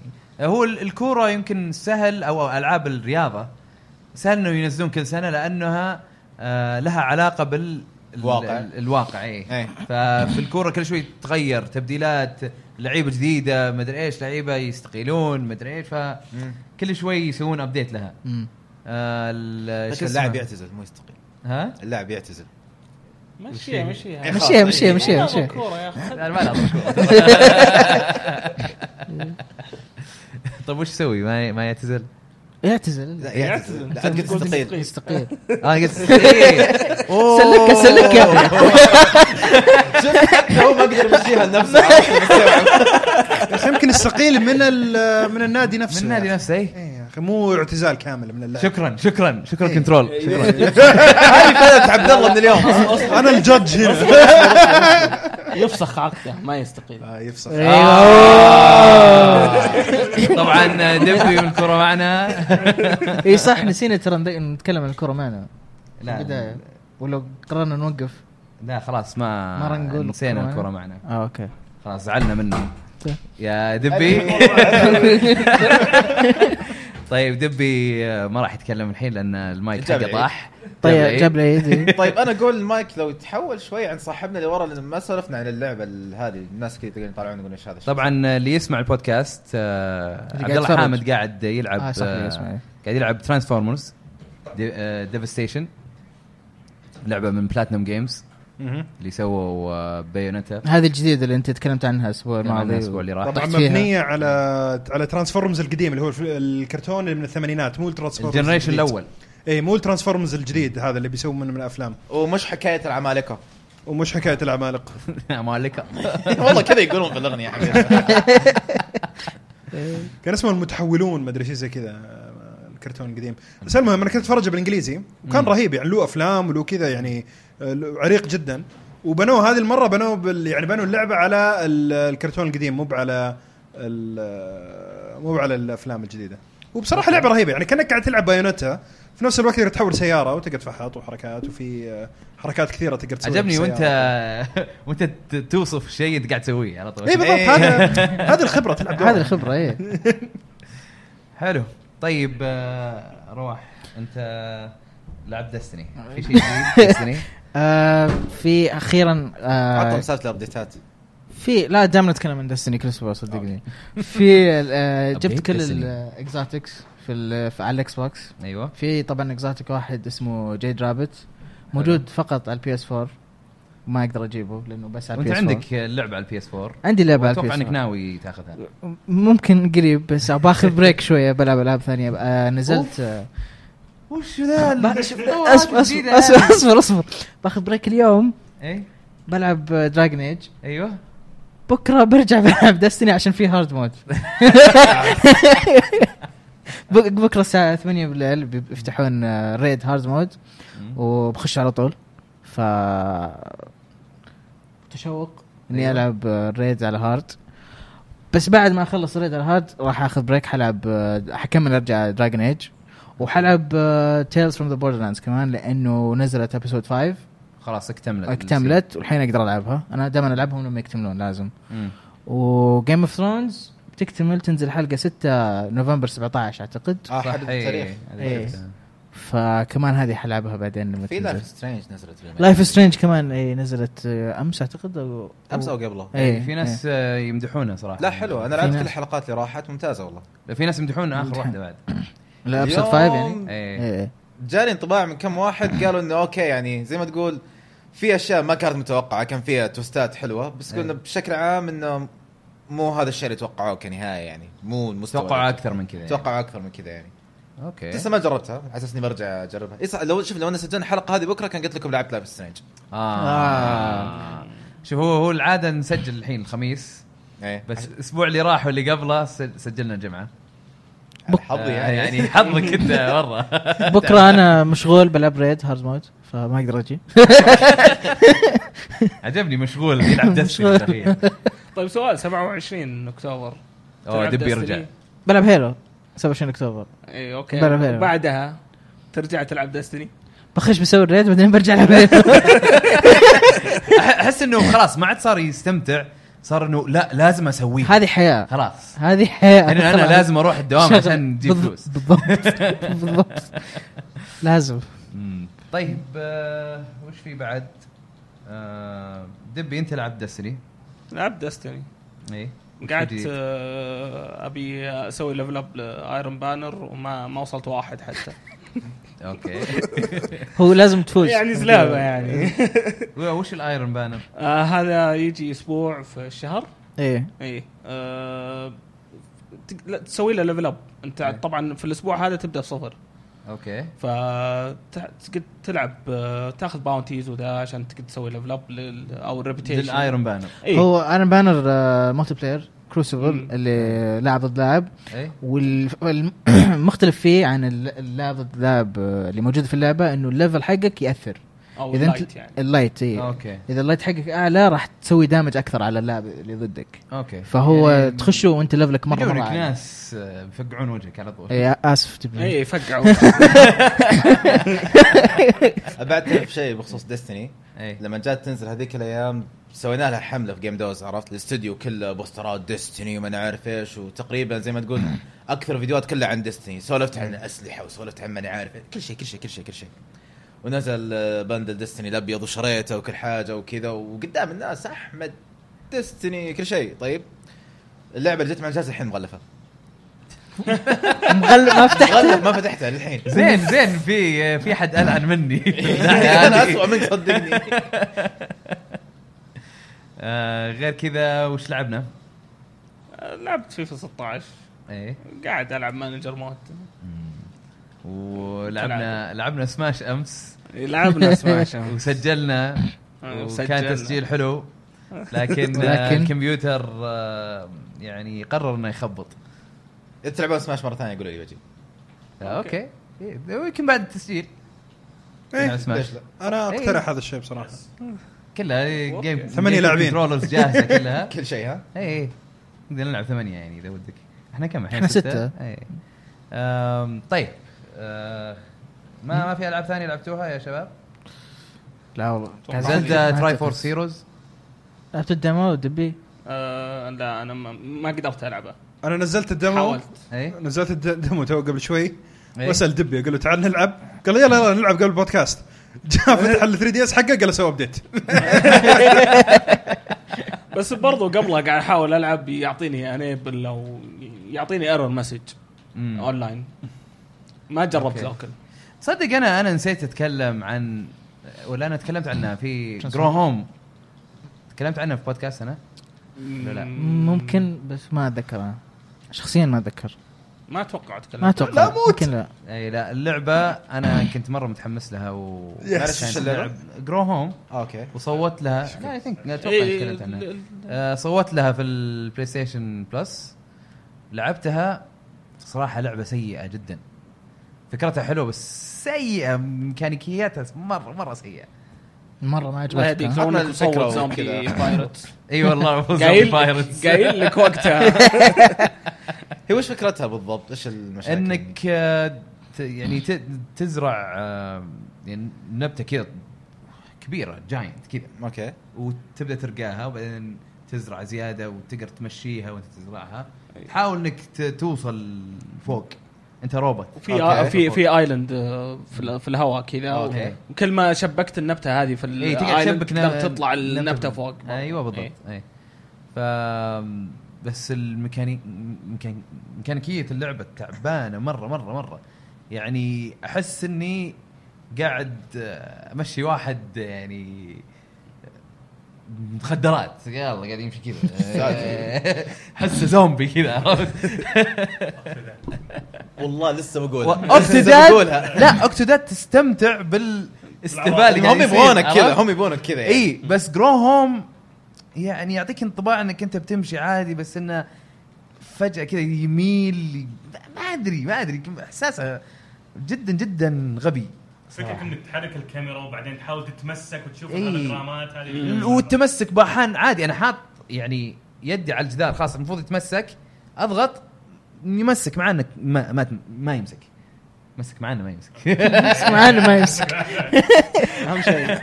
هو ال- الكوره يمكن سهل او العاب الرياضه سهل انه ينزلون كل سنه لانها آه لها علاقه بال ال-
واقع.
ال- الواقع إيه. اي
اي
ففي الكوره كل شوي تتغير تبديلات لعيبه جديده مدري ايش لعيبه يستقيلون مدري ايش فكل
مم.
شوي يسوون ابديت لها
مم.
آه ال-
بس
شو
اللاعب
اسمه؟
يعتزل مو يستقيل
ها
اللاعب يعتزل
مشيها مشيها
إيه،
مشيها مشيها مشيها
يلا
مشيها
بالكورة يا اخي
انا ما لها طيب وش يسوي ما ما يعتزل
يعتزل
يعتزل لا انت قلت يستقيل
يستقيل
انا آه، قلت إيه. أوه.
سلكة سلكة
شفت حتى هو ما قدر يمشيها لنفسه عرفت؟
بس يمكن يستقيل من ال- من النادي
من
نفسه
النادي
يا أخي.
نفسه اي
إيه يا اخي مو اعتزال كامل من اللاعب
شكرا شكرا
إيه.
شكرا كنترول شكرا
هذه فلت عبد الله من اليوم
انا الجدج هنا
يفسخ عقده ما يستقيل
آه، يفسخ
إيه. آه. طبعا دبي من الكره معنا
اي إيه، صح نسينا ترى نذ- نتكلم عن الكره معنا
لا.
لا البدايه ولو قررنا نوقف
لا خلاص ما
مرة نقول
نسينا
الكرة
الكره
معنا.
معنا
اه اوكي
خلاص زعلنا منه
طيب.
يا دبي طيب دبي آه، ما راح يتكلم الحين لان المايك حقه
جاب العيد.
طاح إيه.
طيب جاب العيد
طيب انا اقول المايك لو يتحول شوي عن صاحبنا اللي ورا لان ما سولفنا عن اللعبه ال- هذه الناس كذا تقدرون يطالعون يقولون ايش هذا الشيء.
طبعا اللي يسمع البودكاست آه،
قاعد
عبد الله
يتفرج.
حامد قاعد يلعب
آه، صح،
آه،
يسمع.
قاعد يلعب ترانسفورمرز ديفستيشن لعبه من بلاتنم جيمز اللي سووا آه، بايونيتا
هذه الجديده اللي انت تكلمت عنها الاسبوع الماضي
الاسبوع اللي راح
طبعا
طحت فيها.
مبنيه على على ترانسفورمز القديم اللي هو الف- الكرتون اللي من الثمانينات مو الترانسفورمز
الجنريشن
الجديد.
الاول
اي مو الترانسفورمرز الجديد هذا اللي بيسووا منه من الافلام
ومش حكايه العمالقه
ومش حكايه العمالقه
مالك
والله كذا يقولون في الاغنيه حقيقة.
كان اسمه المتحولون ما ادري شيء زي كذا آه، الكرتون القديم بس المهم انا كنت اتفرجه بالانجليزي وكان رهيب يعني له افلام وله كذا يعني آه، له- عريق جدا وبنوه هذه المره بنوه بال يعني بنوا اللعبه على ال- الكرتون القديم مو على ال- مو على الافلام الجديده وبصراحه لعبه رهيبه يعني كانك قاعد تلعب بايونتا في نفس الوقت تقدر تحول سياره وتقدر تفحط وحركات وفي آه، حركات كثيره تقدر تسويها
عجبني
بالسيارة.
وانت وانت ت- توصف شيء انت قاعد تسويه على
اي
إيه،
طول
إيه،
إيه،
بالضبط هذا هذه الخبره تلعب
هذه إيه. الخبره اي
حلو طيب آه، رواح انت لعب دستني في شيء جديد دستني
آه، في اخيرا آه،
عطهم سالفه الابديتات
في لا دائما نتكلم عن دستني كل اسبوع صدقني في آه، جبت
Update
كل
Destiny.
الاكزاتكس في ال- في- على الاكس بوكس
ايوه
في طبعا اكزاتيك واحد اسمه جيد رابت موجود فقط على البي اس 4 ما اقدر اجيبه لانه بس على
وانت
البي اس
عندك
4
اللعبه على البي اس 4
عندي لعبه على
اتوقع
البي
انك
اس 4
ناوي تاخذها
ممكن قريب بس باخذ بريك شويه بلعب العاب ثانيه آه، نزلت آه،
وش ذا
اصبر اصبر اصبر اصبر اصبر باخذ بريك اليوم
اي
بلعب دراجن ايج
ايوه
بكره برجع بلعب دستني عشان في هارد مود بك- بكره الساعه 8 بالليل بيفتحون آه، ريد هارد مود
مم.
وبخش على طول ف تشوق اني
أيوة.
العب آه، ريد على هارد بس بعد ما اخلص ريد على هارد راح اخذ بريك حلعب آه، حكمل ارجع دراجون ايج وحلعب آه، تيلز فروم ذا بوردر لاندز كمان لانه نزلت ابيسود 5
خلاص اكتملت
اكتملت والحين اقدر العبها انا دائما العبهم لما يكتملون لازم
مم.
وجيم اوف ثرونز تكتمل تنزل حلقه 6 نوفمبر 17 اعتقد
اه
صح،
حدد
إيه،
التاريخ
هذا
إيه.
شفته.
فكمان هذه حلعبها بعدين لما
في
تنزل
لايف سترينج نزلت remake.
لايف سترينج كمان اي نزلت آه، امس اعتقد او
امس او قبله
اي
في ناس آه، يمدحونه صراحه
لا حلو انا
في
لعبت
ناس-
كل الحلقات اللي راحت ممتازه والله
في ناس يمدحونه اخر
يمدحون.
واحده بعد
لا ابسط
اليوم
5 يعني
ايه
اي
جاني انطباع من كم واحد قالوا انه اوكي يعني زي ما تقول في اشياء ما كانت متوقعه كان فيها توستات حلوه بس
إيه.
قلنا بشكل عام انه مو هذا الشيء اللي توقعوه كنهايه يعني مو المستوى
توقع اكثر من كذا يعني.
توقع اكثر من كذا يعني
اوكي
لسه ما جربتها على اساس اني برجع اجربها إيه صح، لو شوف لو انا سجلنا الحلقه هذه بكره كان قلت لكم لعبت لايف سترينج
آه. آه. شوف هو هو العاده نسجل الحين الخميس
ايه
بس الاسبوع اللي راح واللي قبله سج- سجلنا الجمعه
على حظي
آه،
يعني,
يعني حظك انت مره
بكره انا مشغول بلعب ريد هارد مود فما اقدر اجي
عجبني مشغول يلعب دستني الأخير.
طيب سؤال 27 اكتوبر
اوه
تلعب
دبي يرجع
Destiny؟
بلعب هيلو 27 اكتوبر
اي اوكي
بلعب هيلو.
بعدها ترجع تلعب دستني
بخش بسوي الريد بعدين برجع العب هيلو
أح- احس انه خلاص ما عاد صار يستمتع صار انه لا لازم اسويه
هذه حياه
خلاص
هذه حياه
يعني انا
خلاص.
لازم اروح الدوام
شغل.
عشان نجيب
بالض-
فلوس
بالضبط بالضبط لازم
طيب آه، وش في بعد؟ آه، دبي انت لعبت دستني
لعب دستني
اي وش
قعدت
جديد؟
آه، ابي اسوي ليفل اب لايرون بانر وما ما وصلت واحد حتى
اوكي
هو لازم تفوز
يعني زلابه يعني
وش الايرون بانر؟
آه هذا يجي اسبوع في الشهر
ايه
اي آه تق- لا، تسوي له ليفل اب انت
إيه.
طبعا في الاسبوع هذا تبدا بصفر
اوكي
فتقعد تلعب آه، تاخذ باونتيز وذا عشان تقدر تسوي ليفل اب لل- إيه، او الريبيتيشن
للايرون بانر
اي
هو انا بانر آه، ملتي بلاير كروسيبل
مم.
اللي لاعب ضد لاعب
اي
والمختلف فيه عن ال- اللاعب ضد لاعب آه، اللي موجود في اللعبه انه الليفل حقك ياثر
او
اذا انت
لايت يعني
اللايت اي
اوكي
اذا اللايت إيه. حقك اعلى راح تسوي دامج اكثر على اللاعب اللي ضدك
اوكي
فهو
يعني
تخشه وانت ليفلك مره مره
يجونك
عالي. إيه،
ناس آه، بيفقعون وجهك على طول
اي اسف تبني
اي فقعوا
بعد تعرف يعني شيء بخصوص ديستني
اي
لما جات تنزل هذيك الايام سوينا لها حمله في جيم دوز عرفت الاستوديو كله بوسترات ديستني وما انا عارف ايش وتقريبا زي ما تقول اكثر فيديوهات كلها عن ديستني سولفت عن الاسلحه وسولفت عن ما انا عارف إيه. كل شيء كل شيء كل شيء كل شيء ونزل آه، بندل ديستني الابيض وشريته وكل حاجه وكذا وقدام الناس احمد ديستني كل شيء طيب اللعبه اللي جت مع الجهاز الحين مغلفه
مغلق ما فتحت
مغلف ما فتحتها للحين
زين زين في في حد العن مني يعني.
انا اسوء منك صدقني
آه، غير كذا وش لعبنا؟
لعبت فيفا 16
اي
قاعد العب مانجر مود
ولعبنا لعبنا سماش امس
لعبنا سماش
وسجلنا وكان
آه،
وسجلنا.
تسجيل حلو لكن آه،
ولكن-
الكمبيوتر آه، يعني قرر انه يخبط
تلعبون سماش مره ثانيه قولوا لي بجي
آه، اوكي إيه، يمكن بعد التسجيل
إيه،
نلعب سماش
ليش لا؟
انا اقترح هذا الشيء بصراحه
كلها إيه،
أوكي.
جيم
ثمانية لاعبين.
كنترولرز جاهزه كلها
كل شيء ها
اي اي نقدر نلعب ثمانية يعني اذا ودك احنا كم الحين
إحنا
اي أم، طيب أه، ما ما في العاب ثانيه لعبتوها يا شباب؟
لا والله
زلدا تراي فور سيروز
لعبت الدمو ودبي
آه لا انا ما, ما قدرت العبه
انا نزلت الدمو
حاولت
اي
نزلت الدمو تو قبل شوي
إيه.
واسال دبي اقول له تعال نلعب قال لي يلا يلا نلعب قبل البودكاست جاء فتح ال 3 دي اس حقه قال سوى ابديت
بس برضو قبلها قاعد احاول العب يعطيني انيبل او يعطيني ايرور مسج
مم.
اونلاين ما جربت
أوكي.
لوكل
تصدق انا انا نسيت اتكلم عن ولا انا تكلمت عنها في جرو هوم تكلمت عنها في بودكاست انا لا لا.
ممكن بس ما اتذكر أنا. شخصيا ما اتذكر
ما اتوقع اتكلم
ما اتوقع لا ممكن لا
اي إيه، لا اللعبه انا كنت مره متحمس لها و
معلش، إيش اللعبة؟
جرو هوم
اوكي
وصوت لها لا اي ثينك اتوقع
إيه،
تكلمت عنها
ال-
آه، صوت لها في البلاي ستيشن بلس لعبتها صراحة لعبة سيئة جدا فكرتها حلوة بس سيئة ميكانيكياتها مرة مرة سيئة
مره ما
الله
عجبتك
يهديك
ها؟
أما
كونك
الفكرة
مصوت
وكذا.
زومبي بايرتس
اي والله
قايل
بايرتس
قايل لك وقتها
هي وش فكرتها بالضبط؟ ايش المشاكل؟
انك آه، ت- يعني ت- تزرع آه، يعني نبتة كذا كبيرة جاينت كذا
اوكي
وتبدا ترقاها وبعدين تزرع زياده وتقدر تمشيها وانت تزرعها حاول انك ت- توصل فوق انت روبوت
وفي
أوكي.
في في ايلاند آه، في ال- في الهواء كذا
أوكي.
وكل ما شبكت النبته هذه في
اي تقعد
الايلاند
تشبك
تقدر
نا-
تطلع
نبتة
النبته
فوق.
فوق
ايوه بالضبط
إيه.
اي ف بس الميكاني ميكان- ميكانيكيه اللعبه تعبانه مره مره مره يعني احس اني قاعد آه، امشي واحد يعني مخدرات يلا قاعد يمشي كذا آه، احسه زومبي كذا عرفت؟
والله لسه بقولها لسه
اوكتوداد
بقولها
لا اوكتوداد تستمتع بالاستهبال اللي قاعد
هم
يصير،
يبغونك كذا
عرفت؟
هم يبغونك كذا يعني.
اي إيه، بس جرو هوم يعني يعطيك انطباع انك انت بتمشي عادي بس انه فجاه كذا يميل ما ادري ما ادري احساسه جدا جدا غبي
فكرك انك تحرك الكاميرا وبعدين تحاول تتمسك وتشوف
إي.
الهولوجرامات هذه
والتمسك باحان عادي انا حاط يعني يدي على الجدار خلاص المفروض يتمسك اضغط يمسك معانا ما ما, ما يمسك مسك معانا ما يمسك
معنا ما يمسك
اهم شيء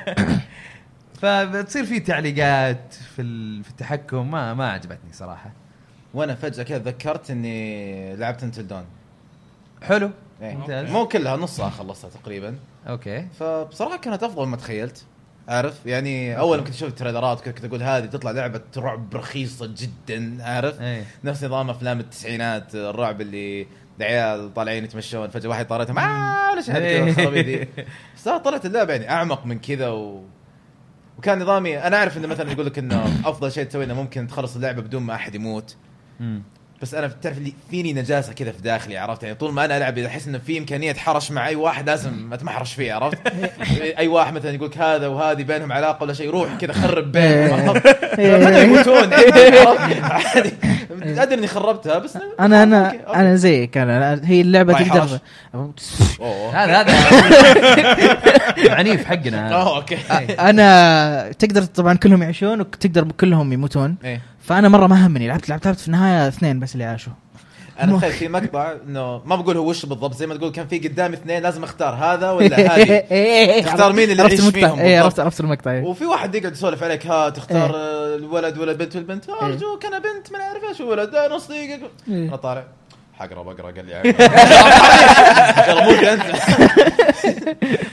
فبتصير في تعليقات في ال- في التحكم ما ما عجبتني صراحه
وانا فجاه كذا تذكرت اني لعبت انتل دون
حلو
إيه.
ممتاز.
مو كلها نصها خلصتها تقريبا
اوكي
فبصراحه كانت افضل ما تخيلت عارف يعني اول ما كنت اشوف التريلرات كنت كنت اقول هذه تطلع لعبه رعب رخيصه جدا عارف
ايه
نفس نظام افلام التسعينات الرعب اللي العيال طالعين يتمشون فجاه واحد طارتهم آه ولا شيء هذه كذا الخرابيط دي. بس لا، طلعت اللعبه يعني اعمق من كذا و... وكان نظامي انا اعرف انه مثلا يقول لك انه افضل شيء تسويه انه ممكن تخلص اللعبه بدون ما احد يموت
مم.
بس انا تعرف اللي فيني نجاسه كذا في داخلي عرفت يعني طول ما انا العب اذا احس انه في امكانيه اتحرش مع اي واحد لازم اتمحرش فيه عرفت اي واحد مثلا يقول لك هذا وهذه بينهم علاقه ولا شيء روح كذا خرب بينهم عرفت؟
إيه.
ما يموتون عادي ادري اني خربتها بس
انا
أوكي،
انا
أوكي.
انا زيك انا أنا- هي اللعبه
رايح
تقدر
اوه
هذا هذا عنيف
آه.
حقنا
أوه، اوكي
هذا.
انا تقدر طبعا كلهم يعيشون وتقدر كلهم يموتون
إيه.
فانا مره ما همني لعبت لعبت لعبت في النهايه اثنين بس اللي عاشوا
انا تخيل في مقطع انه ما بقول هو وش بالضبط زي ما تقول كان في قدامي اثنين لازم اختار هذا ولا
إيه،
هذه تختار مين اللي
عرفت
يعيش
المقطع
فيهم
اي
بالضبط.
عرفت عرفت المقطع إيه.
وفي واحد يقعد يسولف عليك ها تختار
إيه.
آه، الولد ولا البنت والبنت
إيه.
ها ارجوك انا بنت ما اعرف ايش ولد آه، نص دقيقه
إيه.
انا طالع حقرا بقرا قال لي يعني. يلا ممكن انت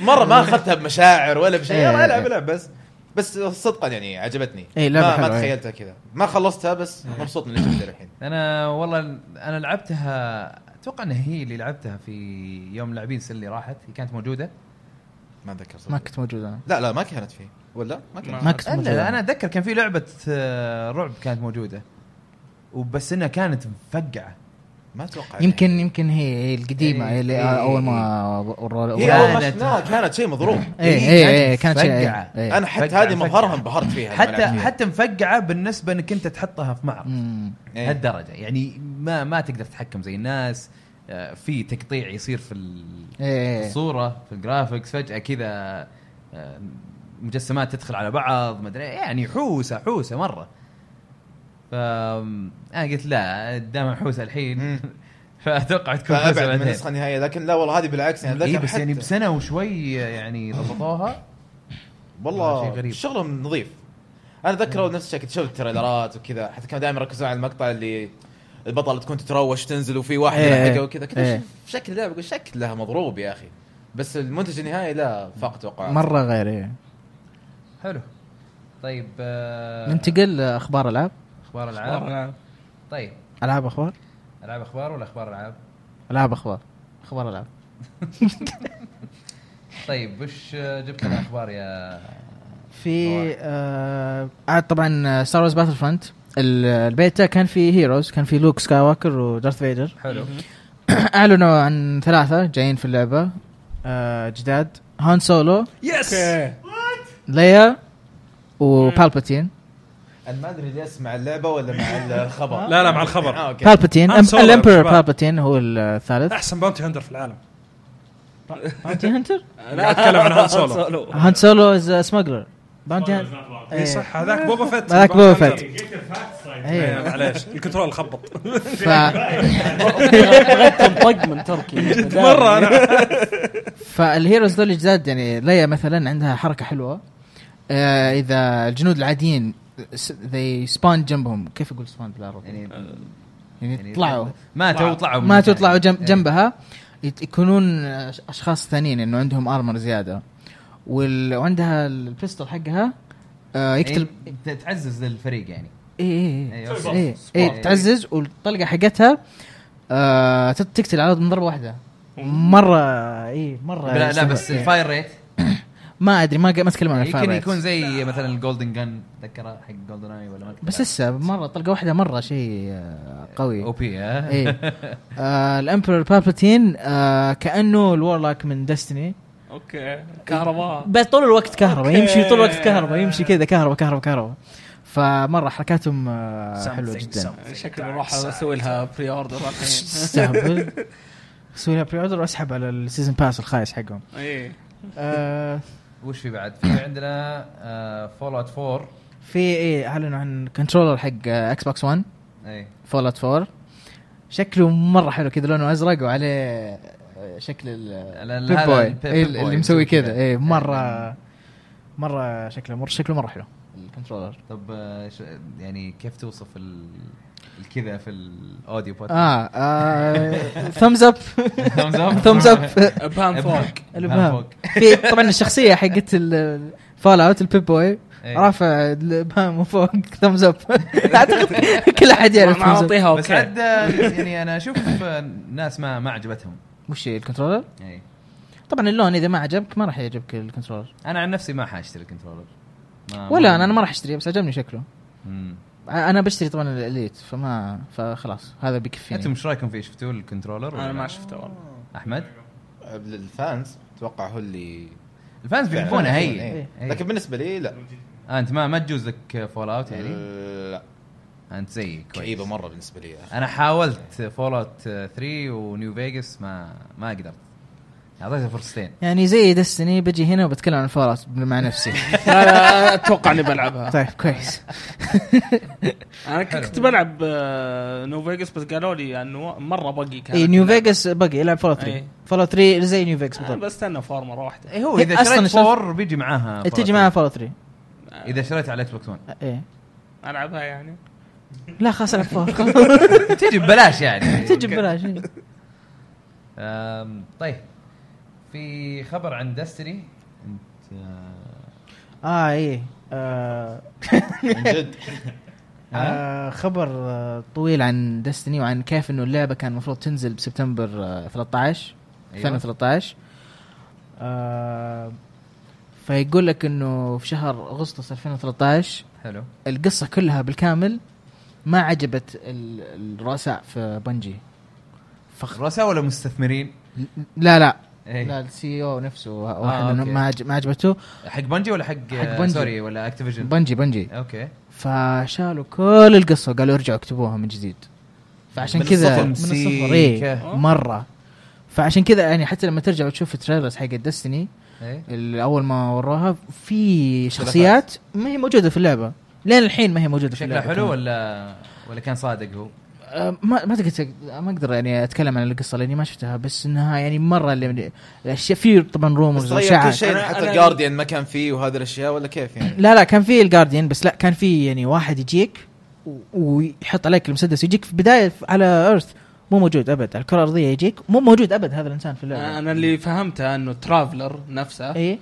مره ما اخذتها بمشاعر ولا بشيء
إيه،
يلا العب
إيه.
العب بس بس صدقا يعني عجبتني
إيه، لعبة
ما, ما
حلوة، إيه.
تخيلتها كذا ما خلصتها بس مبسوط من اللي شفته الحين
انا والله انا لعبتها اتوقع انها هي اللي لعبتها في يوم لاعبين سل اللي راحت هي كانت موجوده
ما اتذكر صدق.
ما كنت موجود انا
لا لا ما كانت فيه ولا ما كانت
ما كنت
لا،
موجود
لا انا اتذكر كان في لعبه آه، رعب كانت موجوده وبس انها كانت مفقعه
ما اتوقع
يمكن يمكن هي هي القديمه
إيه،
هي اللي
إيه،
اول
هي
ما
اول إيه، ما
كانت-
شفناها كانت شيء مضروب
اي اي اي كانت شيء
إيه، مفقعة.
إيه.
انا حتى
فقع-
هذه مظهرها
فقع.
انبهرت فيها لما
حتى
لعبت فيها.
حتى مفقعه بالنسبه انك انت تحطها في معرض
مم.
إيه.
هالدرجه يعني ما ما تقدر تتحكم زي الناس آه، في تقطيع يصير في ال-
إيه.
الصوره في الجرافكس فجاه كذا آه، مجسمات تدخل على بعض ما ادري يعني حوسه حوسه مره ف انا قلت لا دام حوسه الحين
مم.
فاتوقع تكون حوسه
فابعد من
بعدين
النسخه النهائيه لكن لا والله هذه بالعكس
إيه،
يعني
اي
اتذكر
بس
حتى
يعني بسنه وشوي يعني ضبطوها
والله
شيء غريب.
شغلهم نظيف انا اتذكر نفس الشيء كنت شفت التريلرات وكذا حتى كانوا دائما يركزون على المقطع اللي البطل تكون تتروش تنزل وفي واحد
إيه.
يلحقه وكذا كذا
إيه.
شوف شكل اللعبه اقول شكلها مضروب يا اخي بس المنتج النهائي لا فاق توقعات
مره غير إيه.
حلو طيب آه،
ننتقل لاخبار العاب
اخبار العاب
أخبار.
طيب
العاب اخبار
العاب اخبار ولا اخبار العاب؟
العاب اخبار اخبار العاب
طيب وش جبت لنا اخبار يا
في آه عاد طبعا ستار وورز باتل فرونت البيتا كان في هيروز كان في لوك سكاي ووكر ودارث فيدر
حلو
اعلنوا عن ثلاثه جايين في اللعبه آه جداد هان سولو
يس
اوكي
ليا وبالباتين
انا ما ادري اللي اسمع اللعبه ولا مع الخبر
لا لا مع الخبر
آه، اوكي
بالباتين
Han Solo يا
الامبرور
شباب.
بالباتين هو الثالث
احسن باونتي هندر في العالم
باونتي هانتر
لا، أتكلم عن هان سولو.
هان سولو از سمجلر باونتي هانتر
اي صح هذاك بوبا فيت
إيه، هذاك بوبا فيت.
جيت الفاكس
إيه.
إيه، معليش الكنترول خبط
ف...
بغيت تنطق من تركي
مره انا
فالهيروز دول الجداد يعني ليا مثلا عندها حركه حلوه آه اذا الجنود العاديين س- they spawn جنبهم كيف اقول spawn بالعربي؟
يعني
يعني طلعوا
ماتوا
طلعوا.
وطلعوا من
ماتوا
الثاني.
يطلعوا جنب
إيه.
جنبها يت- يكونون أش- اشخاص ثانيين انه عندهم ارمر زياده وال... وعندها البستول حقها آه يقتل إيه،
يعني تعزز الفريق يعني
اي اي
أيوة.
اي
إيه.
اي تعزز والطلقه حقتها آه تت- تقتل على من ضربه واحده مره اي مره
لا, لا بس
سيء.
الفاير ريت
إيه. ما ادري ما ق- ما اتكلم عن الفاير
يمكن
ريت.
يكون زي مثلا الجولدن جن تذكرها حق جولدن اي ولا ما
بس لسه مره طلقه واحده مره شيء آه، قوي
او بي
ايه آه الامبرور بابلتين آه كانه الورلاك من ديستني
اوكي كهرباء
بس طول الوقت كهرباء
أوكي.
يمشي طول الوقت كهرباء يمشي كذا كهرباء كهرباء كهرباء فمره حركاتهم آه حلوه جدا
شكلي بروح اسوي لها بري اوردر الحين
استهبل اسوي لها بري اوردر واسحب على السيزون باس الخايس حقهم
إيه.
ايه
آه
وش في بعد؟ في عندنا فول اوت 4
في ايه اعلنوا عن كنترولر حق آه، اكس بوكس 1
اي
فول اوت 4 شكله مره حلو كذا لونه ازرق وعليه آه، شكل
ال- ال-
البيب
هذا
بوي
البيب
إيه،
بوي
اللي مسوي كذا ايه
إيه.
مره مره شكله مره شكله مره حلو الكنترولر
طب آه، ش- يعني كيف توصف ال الكذا في الاوديو بودكاست؟
اه, آه ثمز اب
Thumbs up.
ثمز اب
ابهام فوق
الابهام في طبعا الشخصيه حقت الفول اوت البيب بوي
إيه.
رافع الابهام فوق ثمز اب اعتقد كل احد يعرف
ما
thumbs up.
اعطيها
بس
اوكي
عاد آه، يعني انا اشوف آه، ناس ما ما عجبتهم يعني
وش هي الكنترولر؟
اي
طبعا اللون اذا ما عجبك ما راح يعجبك الكنترولر
انا عن نفسي ما حاشتري الكنترولر آه، ما-
ولا انا انا ما راح اشتريه بس عجبني شكله
مم.
انا بشتري طبعا الاليت فما فخلاص هذا
انتم
بيكفيني
ايش رايكم فيه شفتوا الكنترولر ولا
انا ما
لا؟
شفته والله
احمد
الفانز اتوقع هو اللي
الفانز بيحبونه هي
إيه. لكن بالنسبه لي لا
آه، انت ما ما تجوز لك فول اوت يعني
آه، لا
انت زيي كويس.
كئيبه مره بالنسبه لي يا أخي.
انا حاولت فول اوت 3 ونيو فيجاس ما ما قدرت اعطيته فرصتين
يعني زي دستني بجي هنا وبتكلم عن الفورات مع نفسي
لا لا اتوقع اني بلعبها
طيب كويس
انا كنت بلعب آه، نيو فيجاس بس قالوا لي انه مره بقي كان
اي إيه، نيو فيجاس باقي العب فول 3
إيه.
فول 3 زي نيو فيجاس
انا
بالضبط
بستنى فورمر واحده
إيه هو اذا
أصلاً
شريت
شلون-
4 بيجي معاها Fallout
تجي معها فول 3
3. اذا شريت على اكس بوكس 1
ايه
العبها يعني
لا خلاص العب فول
تجي ببلاش يعني
تجي ببلاش إيه.
أم، طيب في خبر عن دستري انت آه،
اه ايه آه،
من جد
آه خبر آه، طويل عن دستني وعن كيف انه اللعبه كان المفروض تنزل بسبتمبر آه، 13
أيوة.
2013 آه فيقول لك انه في شهر اغسطس 2013
حلو
القصه كلها بالكامل ما عجبت ال- الرؤساء في بنجي فخ...
رؤساء ولا مستثمرين؟
لا لا
إيه.
لا السي او نفسه واحد
آه،
منهم
أوكي.
ما عج- ما عجبته
حق بنجي ولا حق,
حق
آه،
بنجي.
سوري ولا اكتيفيجن
بنجي بنجي
اوكي
فشالوا كل القصه وقالوا ارجعوا اكتبوها من جديد فعشان
من
كذا
الصفر.
من الصفر
سيكة.
إيه مره فعشان كذا يعني حتى لما ترجع وتشوف التريلرز حق الدستني
إيه.
اول ما وروها في شخصيات ما هي موجوده في اللعبه لين الحين ما هي موجوده في
شكله
اللعبه
حلو ولا ولا كان صادق هو؟
أه، ما ما تقدر ما اقدر يعني اتكلم عن القصه لاني ما شفتها بس انها يعني مره اللي الاشياء في طبعا
بس طيب،
رومرز
غير كل
واشاعات
شيء
أنا-
حتى
أنا-
الجارديان ما كان فيه وهذه الاشياء ولا كيف يعني
لا لا كان في الجارديان بس لا كان في يعني واحد يجيك و- ويحط عليك المسدس يجيك في بدايه في- على ايرث مو موجود ابد على الكره الارضيه يجيك مو موجود ابد هذا الانسان في إيه؟ اللعبه
انا اللي فهمته انه ترافلر نفسه
اي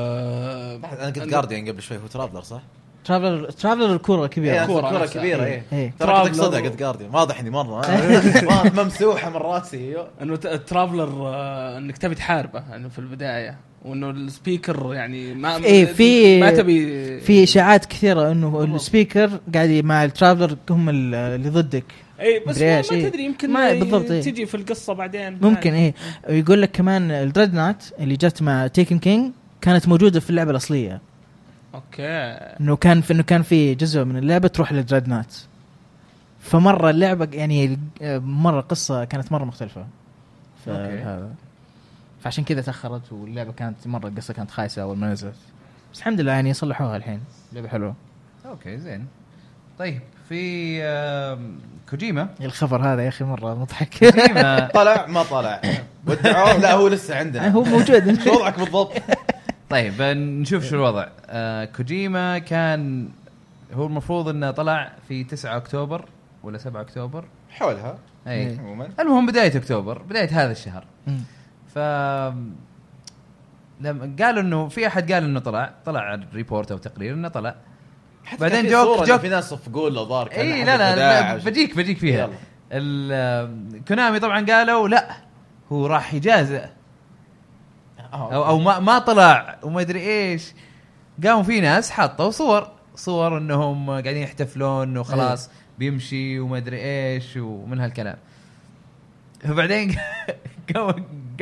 آه،
لحظة، انا قلت جارديان قبل شوي هو ترافلر صح؟
ترافلر ترافلر الكوره
إيه،
الكبيره
كورة
كورة
نفسها.
كبيرة
إيه. إيه.
اي ترى كنت
ترافلر.
صدق قلت جارديان واضح اني مرة واضح ممسوحة من راسي أيوه.
انه ت- ترافلر آه، انك تبي تحاربه انه في البدايه وانه السبيكر يعني ما
إيه، في-
ما تبي
في اشاعات كثيره انه السبيكر قاعد مع الترافلر هم ال- اللي ضدك
اي بس
مدري
ما, ما
إيش، إيه.
تدري يمكن
ما-
ما
بالضبط، إيه.
تجي في القصه بعدين
ممكن ايه ويقول لك كمان الدريدنات اللي جت مع تيكن كينج كانت موجوده في اللعبه الاصليه
اوكي
انه كان في انه كان في جزء من اللعبه تروح للدريدنات فمره اللعبه يعني مره القصه كانت مره مختلفه ف-
أوكي.
هذا. فعشان كذا تاخرت واللعبه كانت مره القصه كانت خايسه اول ما نزلت بس الحمد لله يعني صلحوها الحين لعبه حلوه
اوكي زين طيب في آم، كوجيما
الخبر هذا يا اخي مره مضحك
كوجيما
طلع ما طلع ودعوه لا هو لسه عندنا
هو موجود
شو وضعك بالضبط؟
طيب نشوف شو الوضع آه، كوجيما كان هو المفروض انه طلع في 9 اكتوبر ولا 7 اكتوبر
حولها
اي
إيه.
عموما
المهم بدايه اكتوبر بدايه هذا الشهر
مم.
ف لما قالوا انه في احد قال انه طلع طلع ريبورت او تقرير انه طلع
حتى
بعدين
كان في
جوك-
صورة
جوك-
في ناس صفقوا له ظهر كان
اي
حق
إيه، لا لا
الوداع
ب- بجيك بجيك فيها
يلا.
ال- كونامي طبعا قالوا لا هو راح يجازئ
آه،
او او ما ما طلع وما ادري ايش قاموا في ناس حطوا صور صور انهم قاعدين يحتفلون
إيه.
وخلاص بيمشي وما ادري ايش ومن هالكلام فبعدين قاموا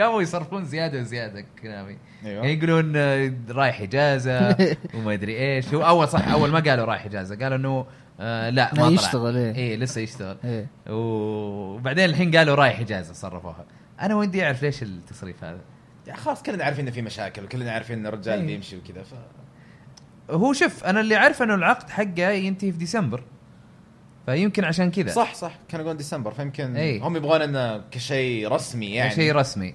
قاموا يصرفون زياده وزياده كلامي يعني
ايوه
يقولون آه، رايح اجازه وما ادري ايش هو اول صح اول ما قالوا رايح اجازه قالوا انه آه لا ما
لا،
طلع
يشتغل، إيه.
اي لسه يشتغل
إيه.
وبعدين الحين قالوا رايح اجازه صرفوها انا ودي اعرف ليش التصريف هذا
يعني خلاص كلنا عارفين انه في مشاكل وكلنا عارفين ان الرجال
إيه.
بيمشي وكذا ف
هو شوف انا اللي عارف انه العقد حقه ينتهي في ديسمبر فيمكن عشان كذا
صح صح كانوا يقولون ديسمبر فيمكن
إيه.
هم يبغون انه كشيء رسمي يعني
شيء رسمي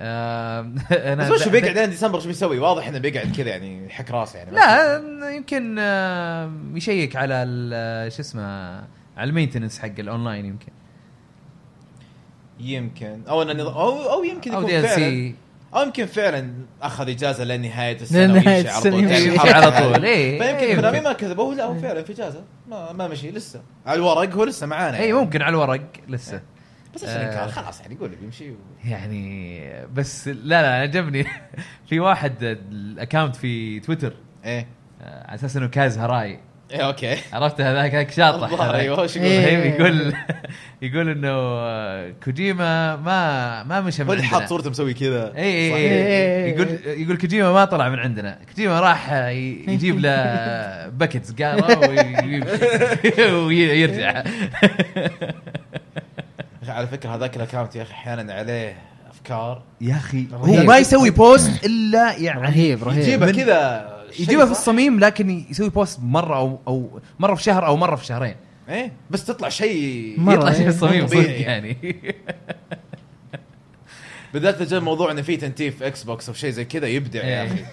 آه
بس
انا
هو شو بيقعد لين ديسمبر شو بيسوي؟ واضح انه بيقعد كذا يعني يحك راسه يعني
لا يمكن آه، يشيك على ال- شو اسمه على المينتننس حق الاونلاين يمكن
يمكن او انه نظ- او او يمكن
او
يكون
دي ال
فعلا
سي
او يمكن فعلا اخذ اجازه لنهايه السنه
لنهاية
ويمشي على طول
السنة
يعني
يمشي
حرب
على
هذه.
طول، إيه، إيه،
فيمكن كونامي
يمكن.
ما كذب هو لا هو فعلا في اجازه ما ما مشي لسه على الورق هو لسه معانا
اي
يعني.
ممكن على الورق لسه
بس عشان
إيه، آه.
إنكار، خلاص يعني يقول لي بيمشي و-
يعني بس لا لا عجبني في واحد الاكونت في تويتر
ايه
آه، على اساس انه كاز هراي
ايه اوكي
عرفت هذاك هذاك شاطح
الظاهر،
هذاك.
ايوه شو
إيه.
يقول
طيب يقول يقول انه آه، كوجيما ما ما مشى من
هو اللي حاط
عندنا
صورته مسوي كذا
اي اي
صح.
اي يقول يقول كوجيما ما طلع من عندنا كوجيما راح آه، ي- يجيب له باكيت سجاره وي- ويرجع
يا أخي، على فكره هذاك الاكونت يا اخي احيانا عليه افكار
يا اخي
رهيب.
هو ما يسوي بوست الا يعني
رهيب رهيب
يجيبها كذا شيء
يجيبها في
صح؟
الصميم لكن يسوي بوست مره او او مره في شهر او مره في شهرين
ايه بس تطلع شيء
مرة
يطلع شيء
إيه،
الصميم
طبيعي
صدق يعني
بالذات جاء موضوع انه في تنتيف اكس بوكس او شيء زي كذا يبدع يا
إيه.
اخي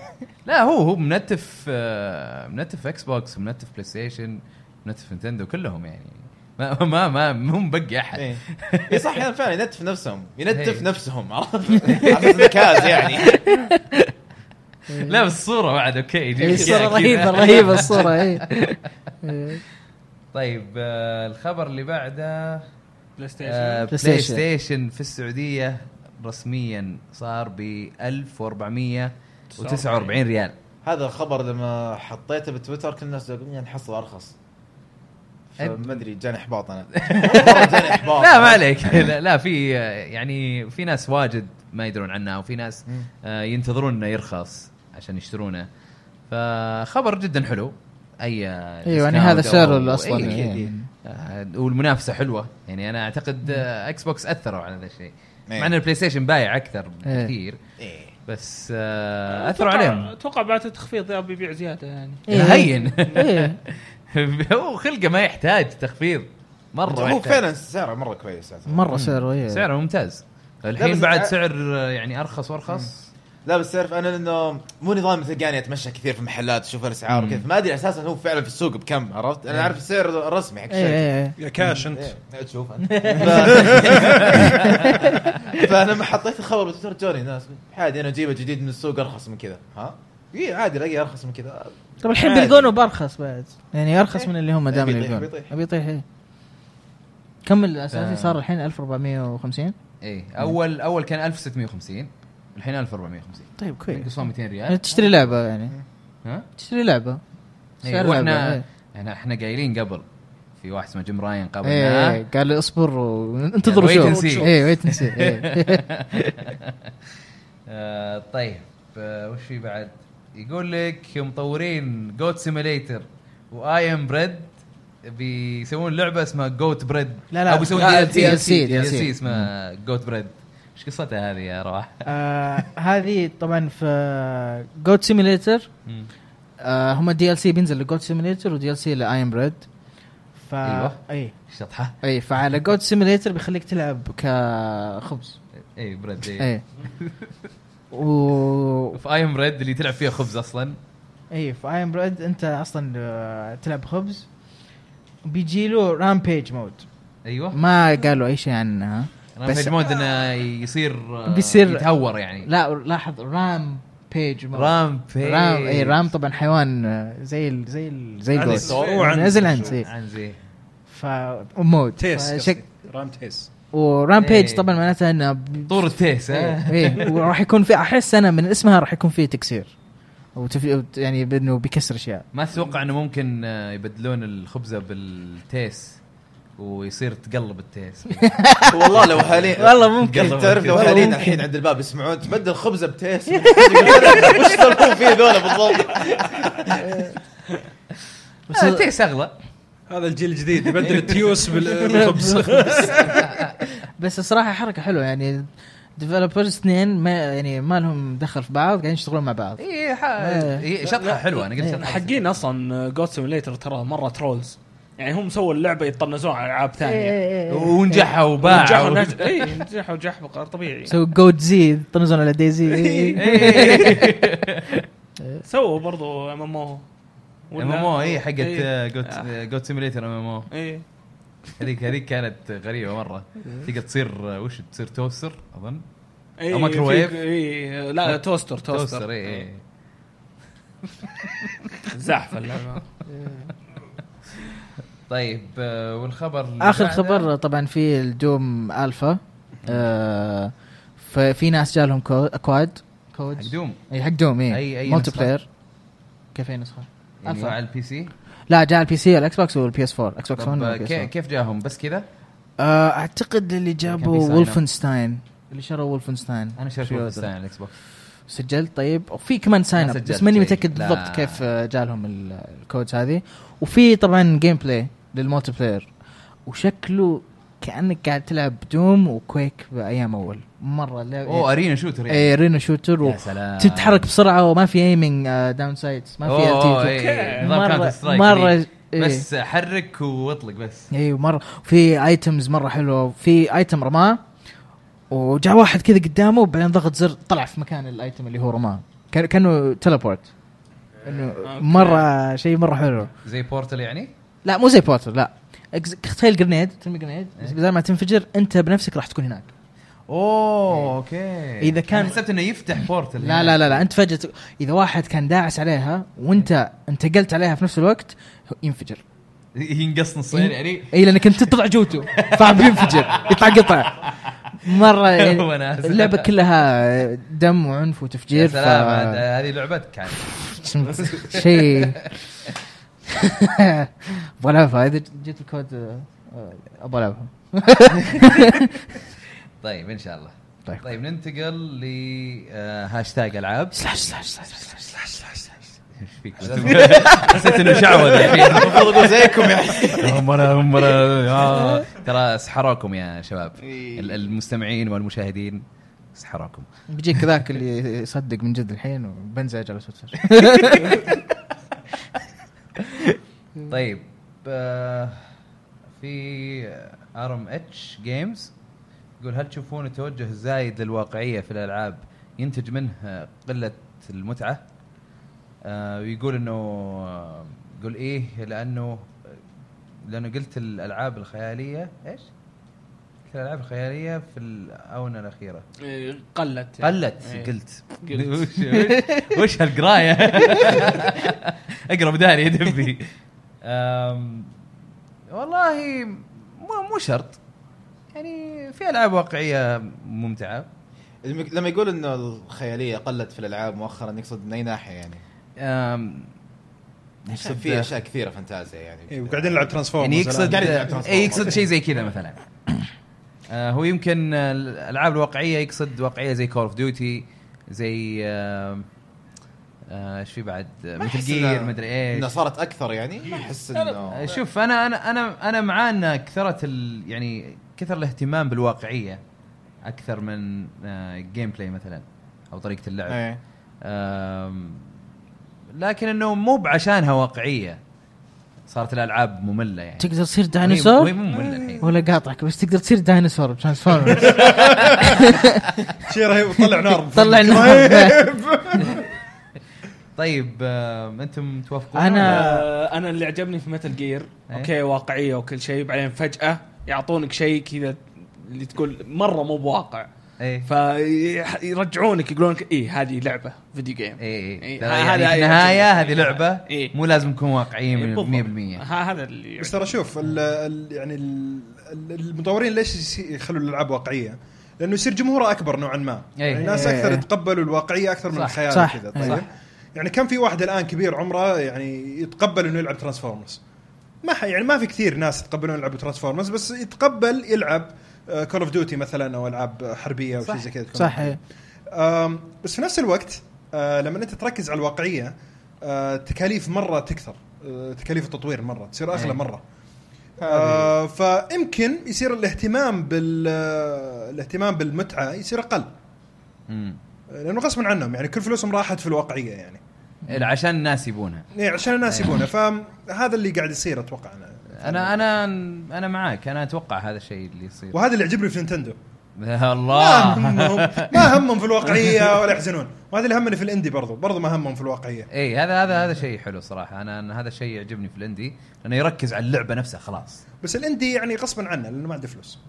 لا هو هو منتف آه، منتف اكس بوكس منتف بلاي ستيشن منتف نينتندو كلهم يعني ما ما ما مو مبقي احد
ايه إيه صح يعني فعلا ينتف نفسهم ينتف
إيه.
نفسهم عرفت على أساس إنه كاز يعني
لا بس الصوره بعد اوكي يجيب
إيه،
كذا
الصورة
كذا.
رهيبة رهيبة الصورة إيه. اي
طيب آه، الخبر اللي بعده
بلاي ستيشن
آه،
بلاي
بلاي
ستيشن.
ستيشن في السعوديه رسميا صار ب 1449 ريال
هذا الخبر لما حطيته بتويتر كل الناس يقولون يعني نحصل ارخص فما ادري جاني احباط انا مرة جاني احباط
لا ما عليك لا, لا في آه، يعني في ناس واجد ما يدرون عنها وفي ناس
مم.
آه، ينتظرون انه يرخص عشان يشترونه فخبر جدا حلو اي آه،
ايوه يعني
discount
هذا
أو-
سعره
أو-
اصلا
إيه، أكيد.
يعني.
آه، والمنافسه حلوه يعني انا اعتقد آه، اكس بوكس اثروا على هذا الشيء
إيه.
مع ان البلاي ستيشن بايع اكثر
إيه.
بكثير
إيه.
بس آه، اثروا عليهم
اتوقع بعد التخفيض يا بيبيع زياده يعني
إيه.
هين
إيه.
هو خلقه ما يحتاج تخفيض مره ما
هو
يحتاج.
فعلا سعره مره كويس أعتقد.
مرة سعره اي
سعره ممتاز
لا،
الحين
بس
بعد
تع-
سعر آه، يعني ارخص وارخص
لا بس تعرف انا لانه مو نظام تلقاني اتمشى كثير في محلات اشوف الاسعار
مم. إيه.
وكذا فما ادري اساسا هو فعلا في السوق بكم عرفت؟ انا اعرف السعر الرسمي
إيه،
حق الشركه
اي
يا كاش انت
إيه، تشوف أنت. ف- فلما حطيت الخبر بتويتر جوني ناس عادي انا اجيبه جديد من السوق ارخص من كذا ها؟ اي عادي الاقي ارخص من كذا
طب الحين
عادي.
بيلقونه بارخص بعد يعني ارخص من اللي هم دائما
بيطيح-
يلقون
بيطيح.
بيطيح اي إيه. كم الاساسي
آه.
صار الحين 1450
اي اول اول إيه. كان 1650 الحين 1450
طيب كويس
ينقصون 200
يعني
ريال
تشتري لعبة يعني
ها
تشتري لعبة سعر
ايه واحنا
لعبة إيه.
احنا احنا قايلين قبل في واحد اسمه جيم راين
اي إيه،
قابلناه
إيه، قال لي اصبر وانتظروا
يعني wait and
شوف إيه،
see.
اي ويت اي
آه طيب آه وش في بعد؟ يقول لك مطورين جوت سيميليتر واي ام بريد بيسوون لعبه اسمها جوت بريد
لا، لا.
او بيسوون
آه،
دي ال سي
DLC.
دي ال سي اسمها جوت بريد ايش قصتها هذه يا رواح؟
آه، هذه طبعا في جوت سيميليتر
مم.
آه هم دي ال سي بينزل لجود سيميليتر ودي ال سي لاي ام بريد ف إيه.
أيوة.
اي
شطحه
اي فعلى جود سيميليتر بيخليك تلعب كخبز
اي بريد اي
اي و إيه،
في اي ام بريد اللي تلعب فيها خبز اصلا
اي في اي ام بريد انت اصلا آه، تلعب خبز بيجي له رامبيج مود
ايوه
ما قالوا اي شيء عنها
انا
بس-
بس مود انه يصير آه،
بيصير-
يتهور يعني
لا لاحظ رام بيج
رام في
رام اي رام طبعا إيه، حيوان آه، زي ال زي ال زي
هذه
الجوز
الصوت. وعن-
نزل عند زي
عنزي
ف مود
تيس
فشك-
قصدي. رام تيس
ورام بيج
إيه.
طبعا معناتها انه ب-
طور التيس ها؟
ايه وراح يكون في احس انا من اسمها راح يكون في تكسير وتف... يعني بانه بيكسر اشياء
ما تتوقع انه ممكن آه، يبدلون الخبزه بالتيس ويصير تقلب التيس
والله لو حاليا
والله ممكن.
قلت تعرف لو
والله
حاليا
ممكن.
الحين عند الباب يسمعون تبدل خبزه بتيس وش يسولفون فيه ذولا بالضبط
بس التيس اغلى
هذا الجيل الجديد
إيه.
يبدل التيوس
يعني
بالخبز
بس الصراحه حركه حلوه يعني ديفلوبرز اثنين ما يعني ما لهم دخل في بعض قاعدين يشتغلون مع بعض
اي
إيه.
إيه، شطحه حلوه انا قلت شطحة
طيب، حقين اصلا جوت سيميليتر ترى مره ترولز يعني هم سووا اللعبه يتطنزون على العاب
إيه.
إيه،
ثانيه
ونجحها
نجحوا
وباعوا
نجح اي نجحوا نجح بقى طبيعي إيه.
سو جود زي طنزون على دي زي
إيه.
سووا برضو ام ام او
ام ام او
إيه.
اي حقت آه، جوت آه، جوت سيميليتر ام ام او
اي
هذيك هذيك كانت غريبه مره تقدر تصير آه، وش تصير توستر اظن
إيه،
أو مايكروويف.
اي إيه. لا توستر توستر
اي اي
زحف اللعبه
طيب آه، والخبر اللي
اخر
بعده-
خبر طبعا في الدوم الفا آه ففي ناس جالهم كو- كواد كود
حق دوم
اي حق دوم اي
أي- أي
ملتي
نسخة؟
بلاير كيف اي نسخه؟
يعني
ألفا.
على البي سي
لا جاء البي سي الاكس بوكس والبي اس 4 اكس بوكس 1
طب آه،
والبي اس 4
كي- كيف جاهم بس كذا
آه، اعتقد اللي
كان في
جابوا
sign up.
ولفنستاين اللي شروا ولفنستاين
انا شريت
شو
بلاي على الاكس بوكس
سجلت طيب وفي كمان ساين
ما
اب بس
سجلت
ماني
شيء.
متاكد
لا.
بالضبط كيف آه، جالهم ال- الكودز هذه وفي طبعا جيم بلاي للمولتي بلاير وشكله كانك قاعد تلعب دوم وكويك بايام اول مره
اوه
لا
ارينا شوتر يعني.
اي رينا شوتر و-
يا سلام
تتحرك بسرعه وما في ايمنج داون سايدز ما في
أوه، أوه،
التيتو
إيه. نظام
مره
Counter Strike
مره
جديد.
إيه.
بس حرك واطلق بس
ايوه مره في ايتمز مره حلوه في ايتم رماه وجاء واحد كذا قدامه وبعدين ضغط زر طلع في مكان الايتم اللي هو رماه كان كانه تليبورت انه مره شيء مره حلو
زي بورتل يعني
لا مو زي بوتر لا إكز- تخيل جرنيد ترمي جرنيد بس بدل ما تنفجر انت بنفسك راح تكون هناك
اوه اوكي
إذا كان-
إيه. أنا حسبت انه يفتح بورتل
لا لا لا, لا انت فجاه ت- اذا واحد كان داعس عليها وانت انتقلت عليها في نفس الوقت ينفجر
ينقص
إيه؟
نصين يعني
اي لانك انت تطلع جوتو فبينفجر يطلع قطع مره
هو أنا
يعني
آسف.
اللعبه كلها دم وعنف
يا
وتفجير
سلام
ف-
عاد، هذه لعبتك عاد.
شيء ابغى العبها اذا جيت الكود آه، آه، ابغى العبها
طيب ان شاء الله
طيب.
طيب ننتقل آه، لهاشتاج العاب
سلاش سلاش سلاش سلاش سلاش سلاش
إيش فيك؟ حسيت انه شعوذه الحين
المفروض اقول زيكم يعني
هم انا هم انا آه. ترى سحروكم يا شباب ال- المستمعين والمشاهدين سحروكم
بيجيك ذاك اللي يصدق من جد الحين وبنزعج على تويتر
طيب آه، في ار ام اتش جيمز يقول هل تشوفون التوجه الزايد للواقعيه في الالعاب ينتج منه آه، قله المتعه؟ آه، ويقول انه آه، يقول ايه لانه لانه قلت الالعاب الخياليه ايش؟ قلت الالعاب الخياليه في الاونه الاخيره
إيه، قلت يعني.
قلت
إيه.
قلت
قلت.
وش وش هالقرايه اقرا بداري يا دبي أم، والله مو مو شرط يعني في العاب واقعيه ممتعه
المك- لما يقول انه الخياليه قلت في الالعاب مؤخرا يقصد من اي ناحيه يعني؟
أم،
يقصد في اشياء كثيره فانتازيا يعني
إيه، وقاعدين نلعب ترانسفورمرز
يعني يقصد
قاعد يلعب Transformers.
اي يقصد شيء زي كذا مثلا آه هو يمكن آه، الالعاب الواقعيه يقصد واقعيه زي كول اوف ديوتي زي آه، آه، ايش في بعد مثل
أحس
جير
إنه-
مدري ايش
انه صارت اكثر يعني ما احس انه
آه، شوف انا انا انا انا مع ان كثرت ال يعني كثر الاهتمام بالواقعيه اكثر من آه، جيم بلاي مثلا او طريقه اللعب
إيه.
آم، لكن انه مو بعشانها واقعيه صارت الالعاب ممله يعني
تقدر تصير
وهي- وهي
ديناصور
مو ممله الحين
ولا قاطعك بس تقدر تصير ديناصور ترانسفورمر
شيء رهيب طلع نار
طلع النار
طيب آم، انتم توافقون
أنا-
ولا؟
آه، انا اللي عجبني في متل جير
إيه.
اوكي واقعيه وكل شيء بعدين فجاه يعطونك شيء كذا اللي تقول مره مو بواقع
ايه
فيرجعونك يقولون لك ايه هذه لعبه فيديو جيم
اي اي
إيه.
ترى
ه-
يعني
هذا
في
أي
النهاية
أشياء.
هذه لعبة
إيه.
مو لازم نكون واقعيين
يعني بالضبط.
100%
ها- هذا
يعني.
اللي
بس ترى شوف ال ال يعني ال ال- المطورين ليش يس- يخلوا الالعاب واقعيه؟ لانه يصير جمهوره اكبر نوعا ما
إيه.
يعني الناس
إيه.
اكثر يتقبلوا الواقعيه اكثر من
صح.
الخيال
صح.
كذا
إيه.
طيب يعني كم في واحد الان كبير عمره يعني يتقبل انه يلعب ترانسفورمرز ما ح- يعني ما في كثير ناس يتقبلون يلعبوا ترانسفورمرز بس يتقبل يلعب آه، كول اوف ديوتي مثلا او العاب حربيه او شيء زي كذا تكون
صح
واقعية.
إيه.
أم، بس في نفس الوقت أه، لما انت تركز على الواقعيه أه، تكاليف مره تكثر أه، تكاليف التطوير مره تصير اغلى مره أه، فيمكن يصير الاهتمام بال آه، الاهتمام بالمتعه يصير اقل
مم.
لانه غصبا عنهم يعني كل فلوسهم راحت في الواقعيه يعني
إيه، عشان الناس يبونها
يعني عشان الناس يبونه فهذا اللي قاعد يصير اتوقع انا
انا انا انا معاك انا اتوقع هذا الشيء اللي يصير
وهذا اللي يعجبني في نينتندو ما
الله
همهم ما همهم في الواقعيه ولا يحزنون وهذا اللي همني في الاندي برضو برضو ما همهم في الواقعيه
اي إيه، هذا هذا هذا شيء حلو صراحه انا أنا هذا الشيء يعجبني في الاندي لانه يركز على اللعبه نفسها خلاص
بس الاندي يعني غصبا عنه لانه ما عنده فلوس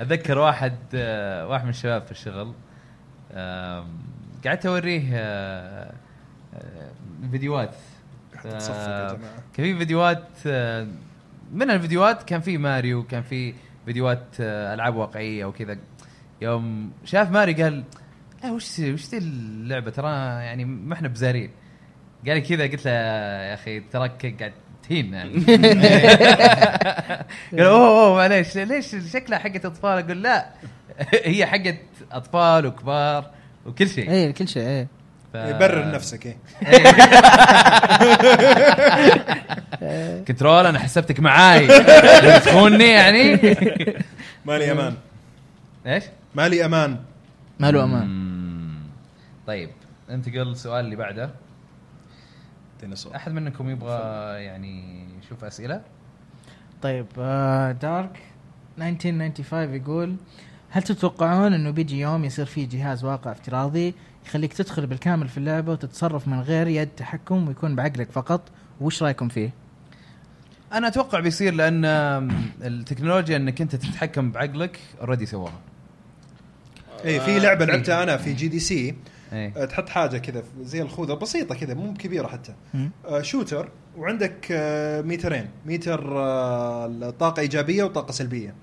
اتذكر واحد آه، واحد من الشباب في الشغل آم، قعدت اوريه آه، آه، فيديوهات
حتى تصفق يا جماعه
كان في فيديوهات آه، من الفيديوهات كان في ماريو كان في فيديوهات آه، العاب واقعيه وكذا يوم شاف ماري قال لا وش وش ذي اللعبه ترى يعني ما احنا بزارين قال لي كذا قلت له يا اخي تراك قاعد تهينا يعني قال اوه اوه معليش ليش شكلها حقت اطفال اقول لا هي حقت اطفال وكبار وكل شيء
اي إيه، كل شيء اي
ف-
يبرر نفسك ايه
إيه.
كنترول انا حسبتك معاي تخونني يعني
مالي امان
ايش؟
مالي امان
ما له امان
مم. طيب انتقل للسؤال اللي بعده
ديناصور
احد منكم يبغى يعني يشوف اسئله
طيب آه، دارك 1995 يقول هل تتوقعون انه بيجي يوم يصير فيه جهاز واقع افتراضي يخليك تدخل بالكامل في اللعبه وتتصرف من غير يد تحكم ويكون بعقلك فقط وش رايكم فيه؟
انا اتوقع بيصير لان التكنولوجيا انك انت تتحكم بعقلك اوريدي سواها
اي إيه، في لعبه لعبتها انا في جي دي سي
ايه
آه، تحط حاجه كذا زي الخوذه بسيطه كذا مو كبيره حتى
مم.
آه، شوتر وعندك آه، ميترين ميتر آه، الطاقه ايجابيه وطاقه سلبيه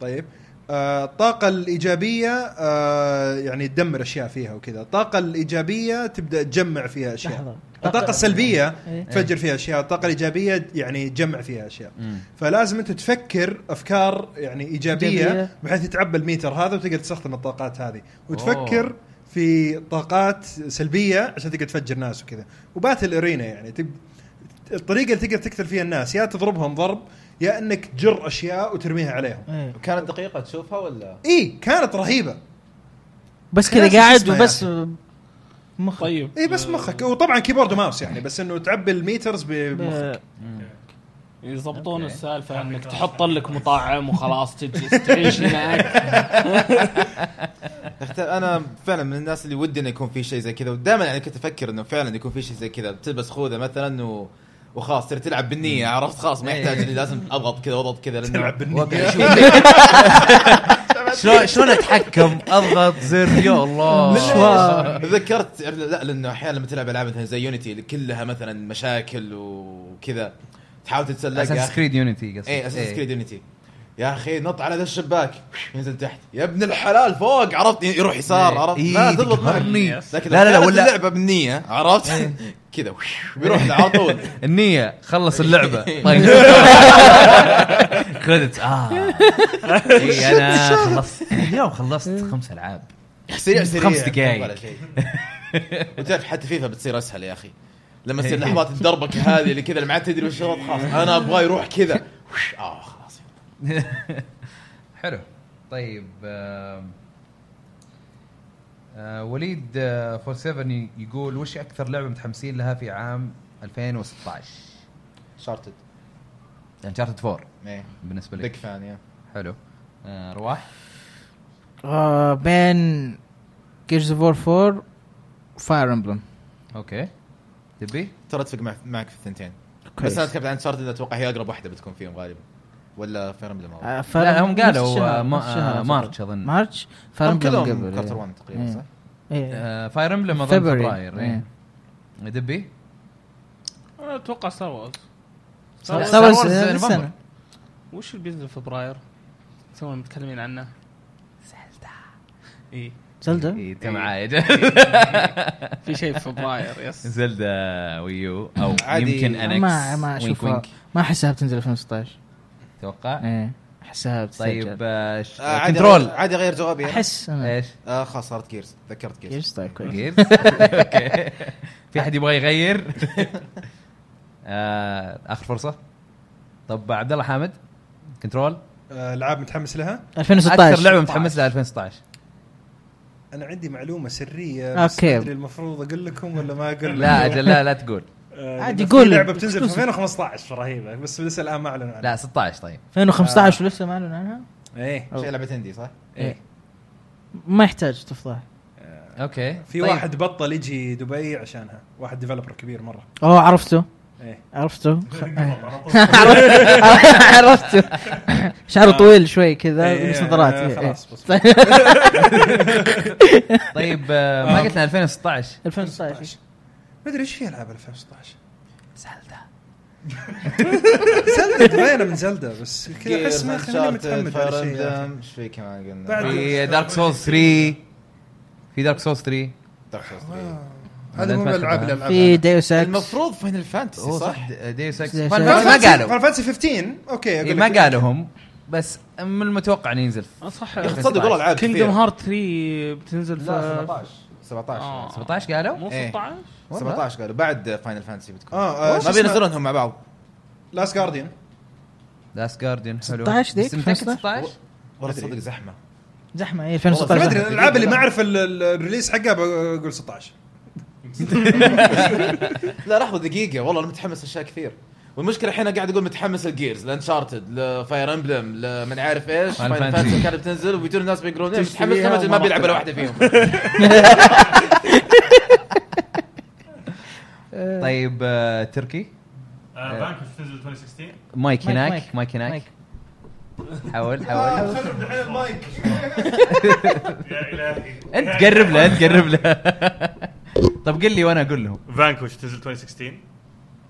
طيب آه، الطاقة الإيجابية آه، يعني تدمر أشياء فيها وكذا، الطاقة الإيجابية تبدأ تجمع فيها أشياء.
لحظة.
الطاقة السلبية
إيه.
تفجر فيها أشياء، الطاقة الإيجابية يعني تجمع فيها أشياء.
مم.
فلازم انت تفكر افكار يعني ايجابيه
إيجابية.
بحيث يتعبى الميتر هذا وتقدر تستخدم الطاقات هذه وتفكر
أوه.
في طاقات سلبيه عشان تقدر تفجر ناس وكذا وباتل ارينا يعني تب... الطريقه اللي تقدر تقتل فيها الناس يا تضربهم ضرب يا انك تجر اشياء وترميها عليهم
إيه.
كانت دقيقه تشوفها ولا
اي كانت رهيبه
بس
خلاص
كذا قاعد
اسمع يا
وبس
مخ طيب
اي إيه، بس مخك وطبعا كيبورد وماوس يعني بس انه تعبي الميترز بمخك
آه، يضبطون
أوكي.
السالفه انك تحط لك مطعم وخلاص تجلس تعيش هناك
أخت- انا فعلا من الناس اللي ودي انه يكون في شيء زي كذا ودائما يعني كنت افكر انه فعلا يكون في شيء زي كذا تلبس خوذه مثلا و... وخلاص تصير تلعب بالنيه عرفت خلاص ما يحتاج اني لازم اضغط كذا واضغط كذا لانه
إيه. تلعب بالنية
وقع شوف. شلون شلون اتحكم اضغط زر يا الله
تذكرت لا لانه احيانا لما تلعب العاب مثلا زي يونيتي اللي كلها مثلا مشاكل وكذا تحاول تتسلق يا
اساس
اخي
كريد يونيتي قصدي
اي اساس كريد يونيتي يا اخي نط على ذا الشباك ينزل تحت يا ابن الحلال فوق عرفت يروح يسار عرفت
إيه،
لا تضبط معك.
تقهرني.
لكن
لا، لا، لا، ولا-
ولا إيه. اللعبه بالنيه عرفت كذا وش، بيروح على طول
النية خلص اللعبة طيب كريدت اه إي انا إيه، خلصت اليوم خلصت خمس العاب
سريع سريع
خمس دقايق.
ولا شيء. وتعرف حتى فيفا بتصير اسهل يا اخي لما تصير لحظات الدربك هذه اللي كذا اللي ما تدري وش الوضع، خلاص انا ابغاه يروح كذا وش، اه خلاص
حلو طيب آم، آه، وليد آه، 47 يقول وش اكثر لعبه متحمسين لها في عام 2016
شارتد
انشارتد 4
ايه
بالنسبه لي
بيج فان يا
حلو آه، رواح
آه بين جيرز اوف 4 فاير امبلم
اوكي تبي
ترى اتفق مع- معك في الثنتين
كويس.
بس انا اتكلم عن انشارتد اتوقع هي اقرب واحده بتكون فيهم غالبا ولا فاير امبلم أول.
آه، فاير
لا هم
إمبلم نفس
قالوا
الشهر،
آه، ما-
نفس الشهر
آه،
أتوقع.
مارتش اظن
مارتش فاير
هم
إمبلم
كلهم
قبل
كارتر
إيه.
1 تقريبا صح؟
آه،
إيه.
فاير امبلم اظن
فبراير.
فبراير إيه. دبي
انا اتوقع ستار وورز
لا،
ستار
Star
وورز
Wars
هذه
نوفمبر.
السنة.
وش اللي بينزل في فبراير؟ تونا متكلمين عنه زلدا اي
زلدة
إيه، انت معاي
في شيء في فبراير يس
زلدا ويو او
عادي.
يمكن انكس
ما ما اشوفها ما احسها بتنزل 2016
اتوقع
ايه احسها بتسجل
طيب
طيب
آه، ش-
آه، عادي
كنترول
غير- عادي غير جوابي
احس انا
ايش
آه خلاص صارت جيرز تذكرت جيرز
جيرز طيب كويس
جيرز اوكي في احد يبغى يغير آه، اخر فرصه طب عبد الله حامد كنترول
آه، العاب متحمس لها
اكثر
2016
لعبه متحمس لها 2016
انا عندي معلومه سريه بس
أوكي.
أدري المفروض اقول لكم ولا ما اقول لكم
لا اجل لا لا تقول
آه،
عادي
في
قول.
لعبه بتنزل في 2015 رهيبه بس لسه الان ما اعلنوا عنها
لا 16 طيب
2015 ولسه ما اعلن عنها
ايه
شيء لعبه هندي صح؟
إيه.
إيه.
ايه ما يحتاج تفضح
اوكي
في
طيب.
واحد بطل يجي دبي عشانها واحد ديفلوبر كبير مره
اوه عرفته
ايه
عرفته
على طول.
عرفته شعره طويل شوي كذا
إيه،
لبس
إيه،
نظارات
آه،
إيه، إيه.
خلاص بس
طيب.
طيب آه، ما قلت لنا 2016
2016
ما ادري ايش في العاب 2016
زلدا
زلدة تبينه من زلدة بس كذا احس ما خليني متحمد على شيء
ايش في كمان قلنا؟
بعد-
في دارك سولز 3 في دارك سولز 3
Dark Souls 3.
هذا
بعدين
مو من الالعاب
فاتحة.
اللي
في
العبها
ديوس اكس
المفروض فاينل فانتسي
هو
صح؟
صح دي 6
Deus Ex.
ما قالوا
فانسي 15 اوكي
إيه، ما قالوا هم بس من المتوقع انه ينزل
صح
يا اخي تصدق والله العاب
كينجدم
كثير.
هارت 3 بتنزل
لا
في
17 17
آه.
17 قالوا
مو
إيه.
16
والله.
17 قالوا بعد فاينل فانتسي بتكون
اه آه، شو
ما
اسمه؟
بينزلونهم مع بعض
لاست جارديان
لاست جارديان حلو
16 ذيك؟
بس متاكد
15?
16
والله تصدق زحمه
زحمه اي
طيب.
ما
2016
ادري
زحمة.
الالعاب اللي ما اعرف ال- ال- الريليس حقها بقول 16
لا لحظه دقيقه والله انا متحمس لاشياء كثير والمشكله الحين أنا قاعد اقول متحمس للجيرز لانشارتد لفاير امبلم لمن عارف ايش
Final
فاينل
Fantasy.
فانتسي كانت بتنزل وبيجون الناس بيقولون إيه، متحمس
تشتريها
لما ما
وما
بيلعب
راح
ولا واحده فيهم
طيب آه، تركي
آه، بانك بتنزل 2016
مايك
مايك،
هناك
مايك،
مايك هناك
مايك.
حاول حاول
يا الهي
انت قرب له انت قرب له طب قل لي وانا اقول لهم
فانكوش تنزل 2016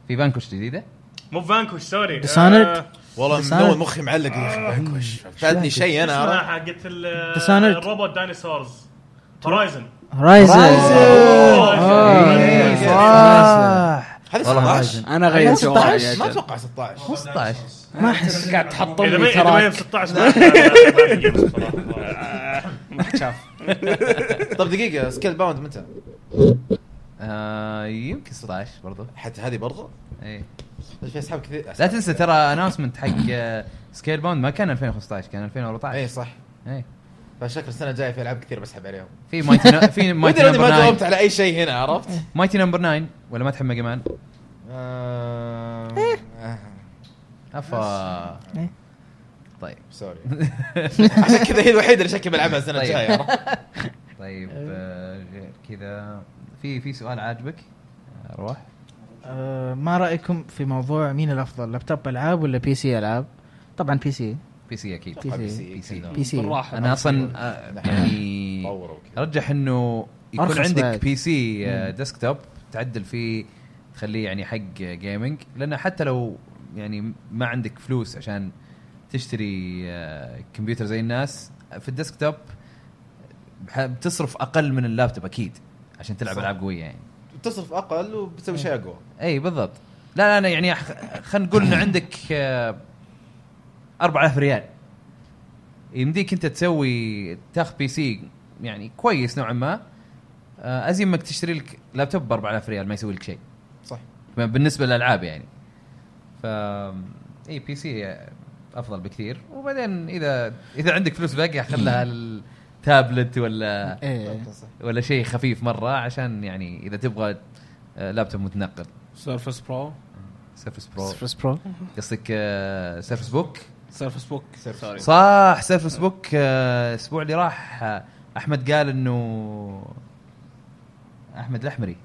في بانكوش جديده
مو فانكوش سوري
Dishonored؟
آه،
والله من
Dishonored.
اول مخي معلق يا اخي
آه،
بانكوش فاتني شيء انا
اسمها
عرفت؟
حقت ال-
Dishonored.
الروبوت دايناصورز هورايزن
رايزن
إيه،
آه.
هذه
والله ما
16
انا غيرت جوابي يا
إيه، ما
أجل.
اتوقع 16
15
ما احس
قاعد تحطمني
اذا ما اذا ما هي ب
تراك
16 ما- ما- ما في جيمز صراحة.
طب دقيقه سكيل باوند متى؟
آه، يمكن 16 برضو
حتى هذه برضه
اي
في اسحاب كثير
لا تنسى ترى اناونسمنت حق سكيل باوند ما كان 2015 كان إيه.
اي
2014
إيه، صح
اي
فشكل السنه الجايه في العاب كثير بسحب عليهم
في مايتي نا- في مايتي
مدري اني
نمبر
ما
9
جاوبت على اي شيء هنا عرفت؟
مايتي نمبر 9 ولا ما تحب ميجا مان؟
آه، آه،
افا
إيه.
طيب
سوري عشان كذا هي الوحيده اللي شكلي بلعبها السنه
طيب.
الجايه عرفت؟
طيب
إيه.
آه، غير كذا في في سؤال عاجبك آه، روح
آه، ما رايكم في موضوع مين الافضل لابتوب العاب ولا بي سي العاب طبعا بي سي
بي سي اكيد
بي
بي
سي
سي، أكيد.
بي سي
بالراحه
انا اصلا آه، يعني
طوروا كذا
ارجح انه يكون
أرخص
عندك
بعد.
بي سي ديسكتوب تعدل فيه تخليه يعني حق جيمنج لانه حتى لو يعني ما عندك فلوس عشان تشتري آه، كمبيوتر زي الناس في الديسكتوب بح- بتصرف اقل من اللابتوب اكيد عشان تلعب
صح.
العاب قويه يعني
تصرف اقل
إيه.
وبتسوي شيء اقوى
اي بالضبط لا لا انا يعني أخ- خلينا نقول ان عندك آه، 4000 ريال يمديك انت تسوي تاخذ بي سي يعني كويس نوعا ما آه، ازين انك تشتري لك لابتوب ب 4000 ريال ما يسوي لك شيء
صح
ب- بالنسبه للالعاب يعني ف إيه، اي بي سي افضل بكثير وبعدين اذا اذا عندك فلوس باقيه خلها التابلت ولا
إيه.
صح.
ولا شيء خفيف مره عشان يعني اذا تبغى آه، لابتوب متنقل
سيرفس برو
سيرفس برو
سيرفس برو
قصدك آه، سيرفس بوك
سيرفس بوك
سيرفس.
سوري
صح سيرفس بوك آه، الاسبوع اللي راح آه، احمد قال انه احمد الاحمري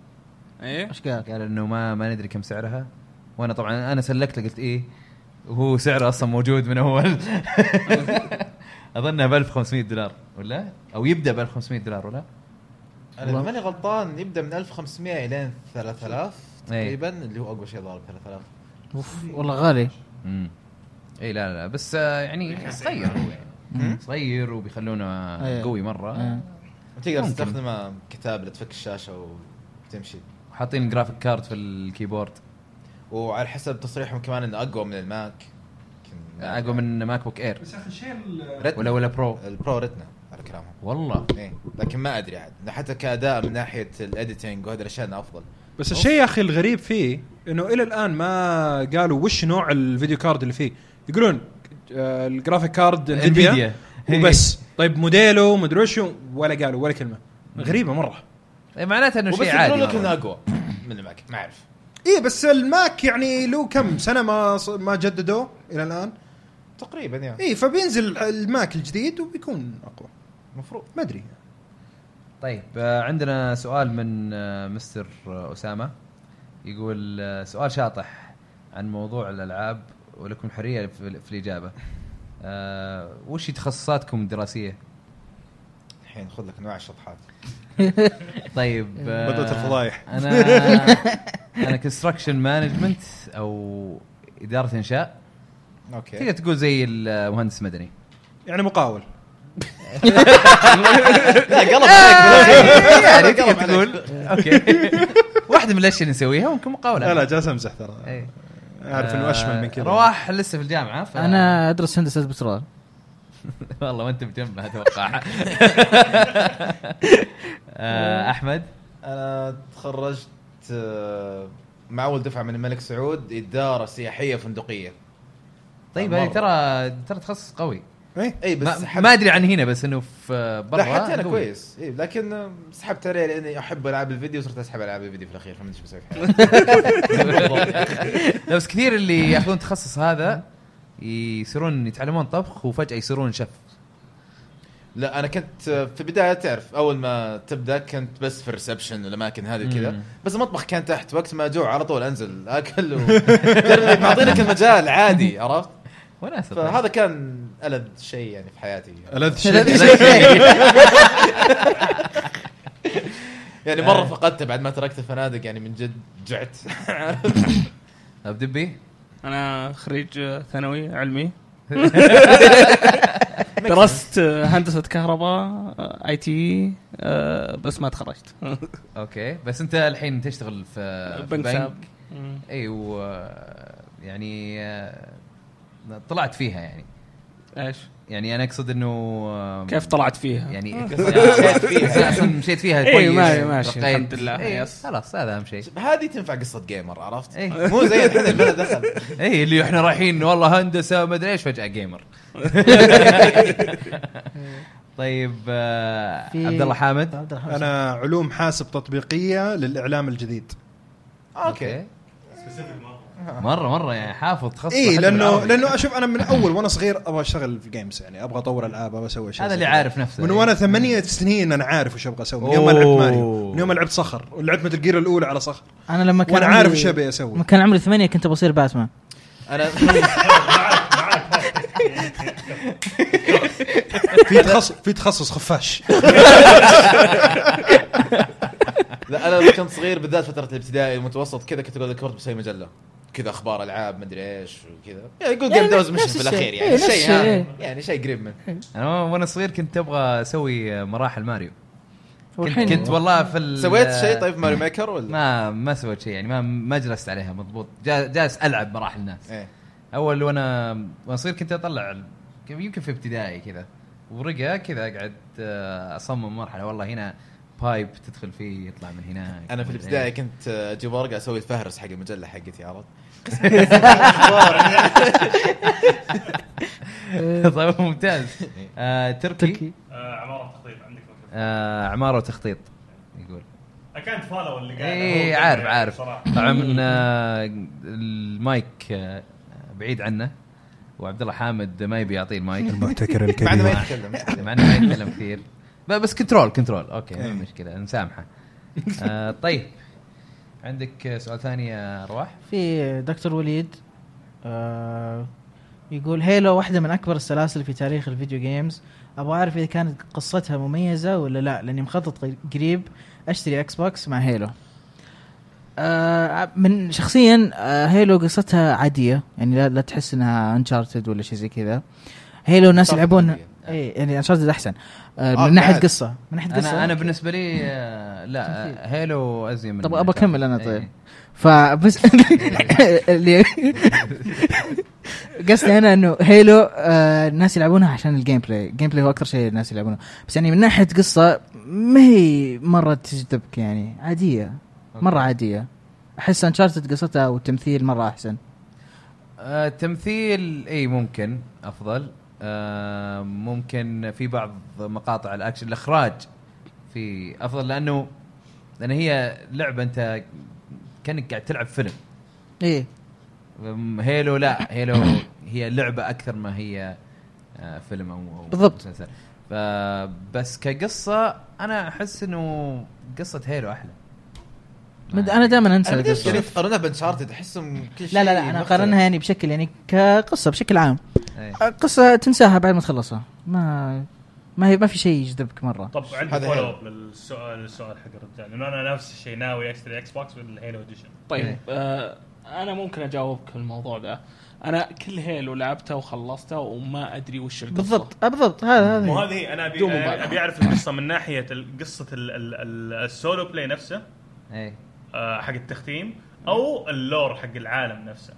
ايه
ايش قال؟
إيه.
قال انه ما ما ندري كم سعرها وانا طبعا انا سلكت قلت ايه وهو سعره اصلا موجود من اول اظنها ب 1500 دولار ولا او يبدا ب 1500 دولار ولا
انا اذا ماني غلطان يبدا من 1500 الين 3000
إيه.
تقريبا اللي هو اقوى شيء ضارب 3000
اوف والله غالي
امم اي لا لا- لا بس آه، يعني صغير هو يعني صغير وبيخلونه
إيه.
قوي مره
إيه.
تقدر
ممكن.
تستخدمه كتاب لتفك الشاشه وتمشي
حاطين جرافيك كارد في الكيبورد
وعلى حسب تصريحهم كمان انه اقوى من الماك يمكن
اقوى من ماك بوك اير
بس اخر شيء
رتنا.
ولا ولا برو
البرو رتنا على كلامهم
والله
ايه لكن ما ادري عاد حتى كاداء من ناحيه الاديتنج وهذه الاشياء انه افضل
بس الشيء يا اخي الغريب فيه انه الى الان ما قالوا وش نوع الفيديو كارد اللي فيه يقولون آه، الجرافيك كارد انفيديا
انفيديا
وبس طيب موديله مدري وشو ولا قالوا ولا كلمه غريبه مره
إيه، معناته انه
وبس
شيء
يقولون
عادي
لك انه
مرة.
اقوى من الماك ما اعرف
ايه بس الماك يعني له كم سنه ما ص- ما جددوه الى الان
تقريبا يعني
ايه فبينزل الماك الجديد وبيكون اقوى
المفروض
ما ادري
طيب آه، عندنا سؤال من آه، مستر آه، اسامه يقول آه، سؤال شاطح عن موضوع الالعاب ولكم الحريه في في الاجابه آه، وش تخصصاتكم الدراسيه؟
الحين خذ لك انواع الشطحات
طيب آه،
بدأت الفضايح.
انا انا كونستراكشن مانجمنت او اداره انشاء تقدر
اوكي
تقول زي آه، المهندس المدني
يعني مقاول
لا قلب عليك
يعني تقدر
قلب عليك.
تقول اوكي واحده من الاشياء اللي نسويها ممكن مقاوله
لا لا جالس امزح ترى
إيه.
اعرف انه
آه،
اشمل من كذا
رواح لسه في الجامعه ف...
انا ادرس هندسه بترول
والله ما انت مجمع اتوقع آه، احمد
انا تخرجت آه، مع اول دفعه من الملك سعود اداره سياحيه فندقيه
طيب
مرة.
هذه ترى ترى تخصص قوي
ايه
اي بس
ما,
سحبت-
ما ادري عن هنا بس انه في آه، برا
لا حتى انا
قوي.
كويس إيه لكن آه، سحبت عليه لاني احب العاب الفيديو صرت اسحب العاب الفيديو في الاخير فهمت ايش بسوي في حياتي.
لا بس كثير اللي ياخذون تخصص هذا يصيرون يتعلمون طبخ وفجاه يصيرون شيف
لا انا كنت آه، في البدايه تعرف اول ما تبدا كنت بس في الريسبشن والاماكن هذه
مم.
وكذا بس المطبخ كان تحت وقت ما اجوع على طول انزل اكل و... معطينك المجال عادي عرفت
وناسه طيب.
فهذا كان الذ شيء يعني في حياتي
الذ
ألذ
شيء
يعني
آه.
مره فقدته بعد ما تركت الفنادق يعني من جد جعت
طب دبي
انا خريج آه، ثانوي علمي درست آه، هندسه كهرباء اي تي آه، بس ما تخرجت
اوكي بس انت الحين تشتغل في في
بنك ساب مم.
اي و يعني آه، طلعت فيها يعني
ايش
يعني انا اقصد انه آه،
كيف طلعت فيها
يعني
مشيت فيها.
اصلا مشيت فيها
إيه،
كويس
ماشي- ماشي،
رقيت.
الحمد لله،
إيه،
يس.
خلاص هذا اهم شيء
هذه تنفع قصه جيمر عرفت؟
إيه.
مو زي الحين البلد دخل
اي إيه، اللي احنا رايحين والله هندسه ما ادري ايش فجاه جيمر طيب آه،
في-
عبد الله حامد
إيه. عبد الرحمن
انا علوم حاسب تطبيقيه للاعلام الجديد
اوكي
مره مره يعني حافظ تخصص
اي
حتى
لانه
بالعربي.
لانه اشوف انا من اول وانا صغير ابغى اشتغل في جيمز يعني ابغى اطور العاب ابغى اسوي شيء
هذا
زي
اللي
كذا.
عارف نفسه
من
إيه.
وانا ثمانية سنين انا عارف وش ابغى اسوي من يوم ما لعبت
أوه.
ماريو من يوم ما لعبت صخر ولعبت متل جير الاولى على صخر
انا لما كان
وانا عارف
عمري-
وش ابي اسوي
لما كان عمري ثمانية كنت بصير باتمان
انا
في تخصص في تخصص خفاش
لا انا لما كنت صغير بالذات فتره الابتدائي المتوسط كذا كنت اقول لك كبرت بسوي مجله كذا اخبار العاب مدري ايش وكذا يعني يقول جيم
يعني
دوز مش
نفس
في
الشيء.
الاخير
إيه،
يعني
نفس
شيء
الشيء،
يعني,
إيه.
يعني شيء قريب منه
انا وانا صغير كنت ابغى اسوي مراحل ماريو كنت,
والحين
كنت والله في ال-
سويت شيء طيب ماري ميكر ولا؟
ما ما سويت شيء يعني ما ما جلست عليها مضبوط جا- جالس العب مراحل الناس
ايه
اول وانا وانا صغير كنت اطلع ال- يمكن في ابتدائي كذا ورقه كذا اقعد آه، اصمم مرحله والله هنا بايب تدخل فيه يطلع من هناك
انا في
مدري
الابتدائي
إيه.
كنت آه، اجيب ورقه اسوي الفهرس حق المجله حقتي عرفت؟
طيب ممتاز آه، تركي
تركي
آه، عماره تقريبا عندك مكتب
آه، عماره وتخطيط يقول
اكانت فولو اللي قاعد
اي
هو
إيه، عارف
يعني
عارف
صراحة.
طبعا من آه، المايك آه، بعيد عنه وعبد الله حامد ما يبي يعطيه المايك
المحتكر
بعد ما يتكلم
مع انه ما يتكلم كثير ب- بس كنترول كنترول اوكي ما
إيه.
مشكله نسامحه آه طيب عندك سؤال ثاني يا رواح
في دكتور وليد آه يقول هيلو واحدة من أكبر السلاسل في تاريخ الفيديو جيمز أبغى أعرف إذا كانت قصتها مميزة ولا لا لأني مخطط قريب أشتري أكس بوكس مع هيلو آه من شخصيا آه هيلو قصتها عادية يعني لا, لا تحس إنها أنشارتد ولا شيء زي كذا هيلو الناس
Uncharted
يلعبون
عادية.
اي يعني انشارتد احسن
آه،
آه من ناحيه
بعد.
قصه من ناحيه قصه
انا انا
أوكي.
بالنسبه لي آه، لا آه، هيلو ازين من
طب ابى اكمل انا طيب
إيه.
فبس اللي- قصدي انا انه هيلو آه الناس يلعبونها عشان الجيم بلاي، الجيم بلاي هو اكثر شيء الناس يلعبونه، بس يعني من ناحيه قصه ما هي مره تجذبك يعني عاديه مره عاديه احس انشارتد قصتها والتمثيل مره احسن
آه، تمثيل اي ممكن افضل آه، ممكن في بعض مقاطع الاكشن الاخراج في افضل لانه لان هي لعبه انت كانك قاعد تلعب فيلم
ايه
أم، هيلو لا هيلو هي لعبه اكثر ما هي آه، فيلم او أو
بالضبط.
مسلسل فبس كقصه انا احس انه قصه هيلو احلى
مد- انا دائما انسى
انا بدي
القصه
اشتري تقارنها بانشارتد احسهم كل شيء
لا لا لا انا
مختلف.
اقارنها يعني بشكل يعني كقصه بشكل عام
إيه.
قصه تنساها بعد ما تخلصها ما ما هي ما في شيء يجذبك مره
طب عندي
هذا
فولو
حلو.
اب للسؤال السؤال حق الرجال لانه انا نفس الشيء ناوي اشتري اكس بوكس بالهيلو اديشن
طيب
إيه.
آه انا ممكن اجاوبك في الموضوع ده انا كل هيلو لعبته وخلصته وما ادري وش القصه
بالضبط آه، بالضبط هذا
مو
هذا
هذه هي، انا ابي
دون مبالغة.
ابي اعرف القصه من ناحيه ال- قصه ال- ال- ال- السولو بلاي نفسه
اي
آه، حق التختيم او اللور حق العالم نفسه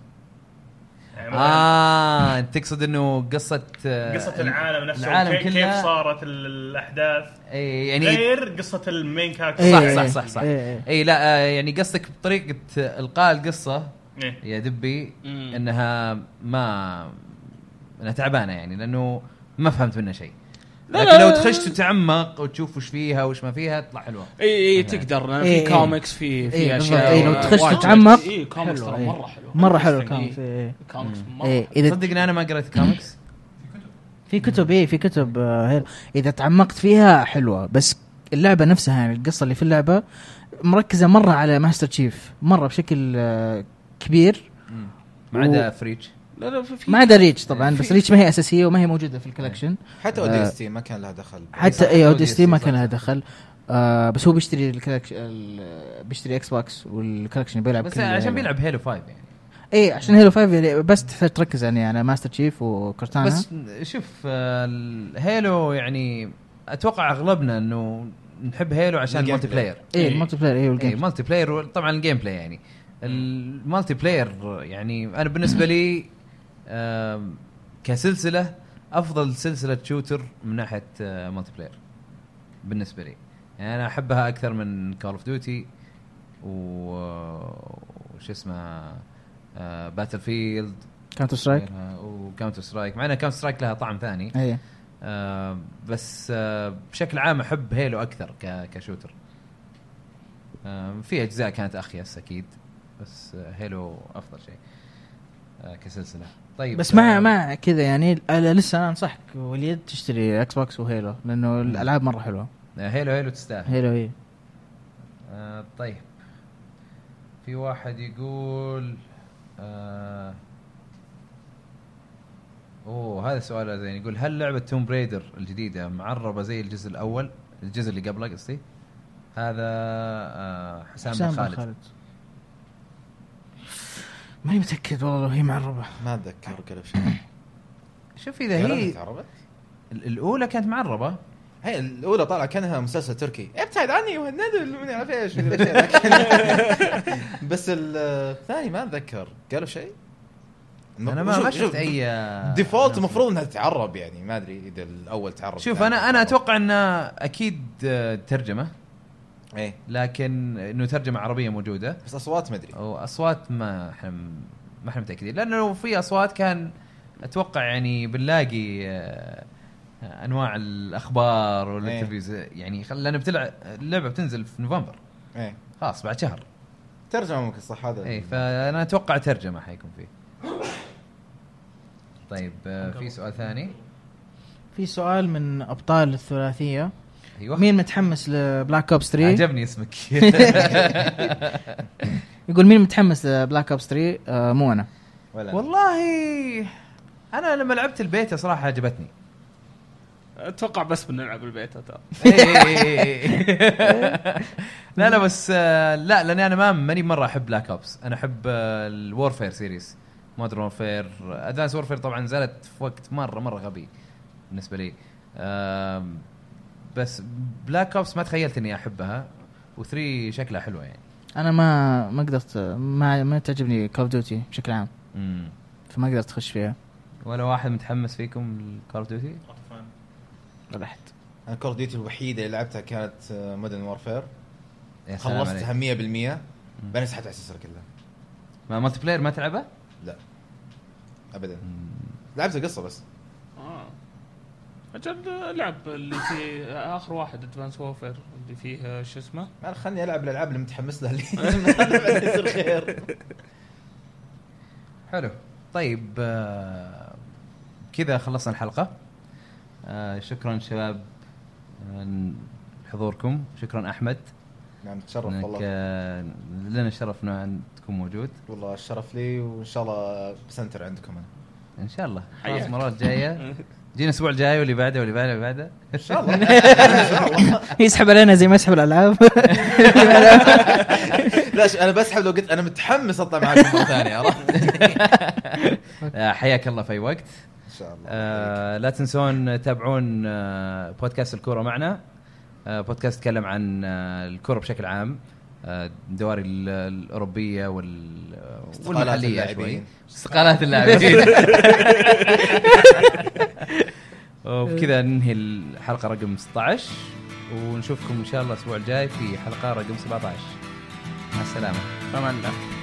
يعني مثلاً
اه تقصد انه قصه آه،
قصه العالم نفسه
العالم
العالم كيف
كلها-
صارت ال- الاحداث
اي يعني
غير قصه المين كاركتر
إيه،
صح
إيه،
صح صح صح
إيه، إيه.
اي لا آه، يعني قصدك بطريقه القاء القصه
إيه.
يا دبي
مم.
انها ما انها تعبانه يعني لانه ما فهمت منها شيء
لا،
لكن
لا،
لو
لا.
تخش تتعمق وتشوف وش فيها وش ما فيها تطلع حلوه
اي اي تقدر لان
إيه،
في
إيه.
كوميكس في
إيه،
في
بالضبط.
اشياء
إيه، لو
آه،
تخش
واجد.
تتعمق
اي كوميكس
حلو،
ترى
إيه.
مره حلو
مره حلو
Interesting،
الكوميكس
إيه.
إيه،
كوميكس مره
إيه.
حلو.
اذا
صدق ان انا ما قريت كوميكس
في كتب ايه في كتب آه، حلو. اذا تعمقت فيها حلوه بس اللعبه نفسها يعني القصه اللي في اللعبه مركزه مره على ماستر تشيف مره بشكل آه، كبير
ما عدا فريتش
لا لا في- في
ما عدا ريتش طبعا بس ريتش ما هي اساسيه وما هي موجوده في الكولكشن
حتى
آه.
اوديستي ما كان لها دخل
حتى
إيه. صح،
اي
حتى
اوديستي ما
ODST
كان لها دخل آه بس هو بيشتري الكولكشن ال- بيشتري اكس بوكس والكولكشن بيلعب
بس
كل
عشان
هيلو.
بيلعب هيلو 5 يعني
اي عشان هيلو 5 يعني بس تحتاج تركز يعني على ماستر تشيف وكورتانا
بس شوف آه، هيلو يعني اتوقع اغلبنا انه نحب هيلو عشان
الجيم
الملتي
بلاي.
بلاير
اي الملتي بلاير اي
اي
والجيم
مالتي بلاير إيه، و- طبعا الجيم بلاي يعني المالتي بلاير يعني انا بالنسبه لي آم، كسلسله افضل سلسله شوتر من ناحيه آه، مالتي بلاير بالنسبه لي يعني انا احبها اكثر من كول اوف ديوتي و آه، وش اسمه آه، باتل فيلد
كاونتر سترايك
وكاونتر سترايك مع ان كاونتر سترايك لها طعم ثاني
اي
آه، بس آه، بشكل عام احب هيلو اكثر ك- كشوتر آه، في اجزاء كانت اخيس اكيد بس آه، هيلو افضل شيء آه، كسلسله طيب
بس مع
آه،
مع كذا يعني ال- لسه انا انصحك وليد تشتري اكس بوكس وهيلو لانه الالعاب مره حلوه
آه، هيلو هيلو تستاهل
هيلو اي
آه، طيب في واحد يقول آه، اوه هذا سؤال زين يقول هل لعبه توم بريدر الجديده معربه زي الجزء الاول الجزء اللي قبله قصدي هذا آه، حسام, حسام
حسام
خالد,
بن خالد ماني متاكد والله لو هي معربه
ما اتذكر كل شيء
شوف
إيه،
اذا هي
تعرفت؟
ال- الاولى كانت معربه
هي الاولى طالعه كانها مسلسل تركي ابتعد عني وهندل من يعرف ايش مدري إيش. لكن- بس ال- الثاني ما اتذكر قالوا شيء
انا ما آه، ما شفت اي
ديفولت المفروض انها تتعرب يعني ما ادري اذا الاول تعرب
شوف
الثاني
انا انا
تعرب.
اتوقع انه اكيد آه، ترجمه
ايه
لكن انه ترجمه عربيه موجوده
بس اصوات ما ادري
واصوات ما احنا ما احنا متاكدين لانه لو في اصوات كان اتوقع يعني بنلاقي آه، انواع الاخبار والانترفيوز يعني خل- لان بتلعب اللعبه بتنزل في نوفمبر
ايه
خلاص بعد شهر إيه،
ترجمه ممكن صح هذا
اي فانا اتوقع ترجمه حيكون فيه طيب آه، في سؤال ثاني
في سؤال من ابطال الثلاثيه أيوة.
ايوه
مين متحمس لبلاك اوبس 3
عجبني اسمك
يقول مين متحمس بلاك اوبس 3 آه، مو انا
ولا
والله انا لما لعبت البيتا صراحه عجبتني
اتوقع بس بنلعب البيت ترى
لا لا بس آه، لا لاني انا ما ماني مره احب بلاك اوبس انا احب الورفير سيريز مودرن وورفير ادفانس وورفير طبعا نزلت في وقت مره مره غبي بالنسبه لي آم، بس بلاك اوبس ما تخيلت اني احبها و3 شكلها حلوه يعني
انا ما ما قدرت ما ما تعجبني كول اوف ديوتي بشكل عام
مم.
فما قدرت اخش فيها
ولا واحد متحمس فيكم لكول اوف ديوتي؟
طفان.
ولا احد
انا كور ديوتي الوحيده اللي لعبتها كانت مودرن وورفير خلصتها 100% بعدين سحبت على السلسله كلها
ما مالتي بلاير ما تلعبه؟
ابدا لعبت القصه بس
آه. اجل لعب اللي في اخر واحد ادفانس وورفير اللي فيه آه، شو اسمه
ما خلني العب الالعاب اللي متحمس لها اللي يصير خير
حلو طيب آه، كذا خلصنا الحلقه آه، شكرا شباب آه، لحضوركم شكرا احمد
نعم تشرف
انك
والله
آه، لنا الشرف انه أن تكون موجود
والله الشرف لي وان شاء الله بسنتر عندكم انا
ان شاء الله
حياك.
خلاص مرات جايه جينا الاسبوع الجاي واللي بعده واللي بعده واللي بعده
ان شاء الله ان شاء الله
يسحب علينا زي ما يسحب الالعاب
لا ش- انا بسحب لو قلت انا متحمس اطلع معاكم مره ثانيه عرفت؟
آه، حياك الله في اي وقت
ان شاء الله
آه لا تنسون تتابعون آه بودكاست الكوره معنا آه بودكاست يتكلم عن آه الكوره بشكل عام آه الدواري ال- الاوروبيه وال
استقالات
والمحليه شوي
اللاعبين.
استقالات اللاعبين وبكذا ننهي الحلقه رقم 16 ونشوفكم ان شاء الله الاسبوع الجاي في حلقه رقم 17 مع السلامه
طبعا لا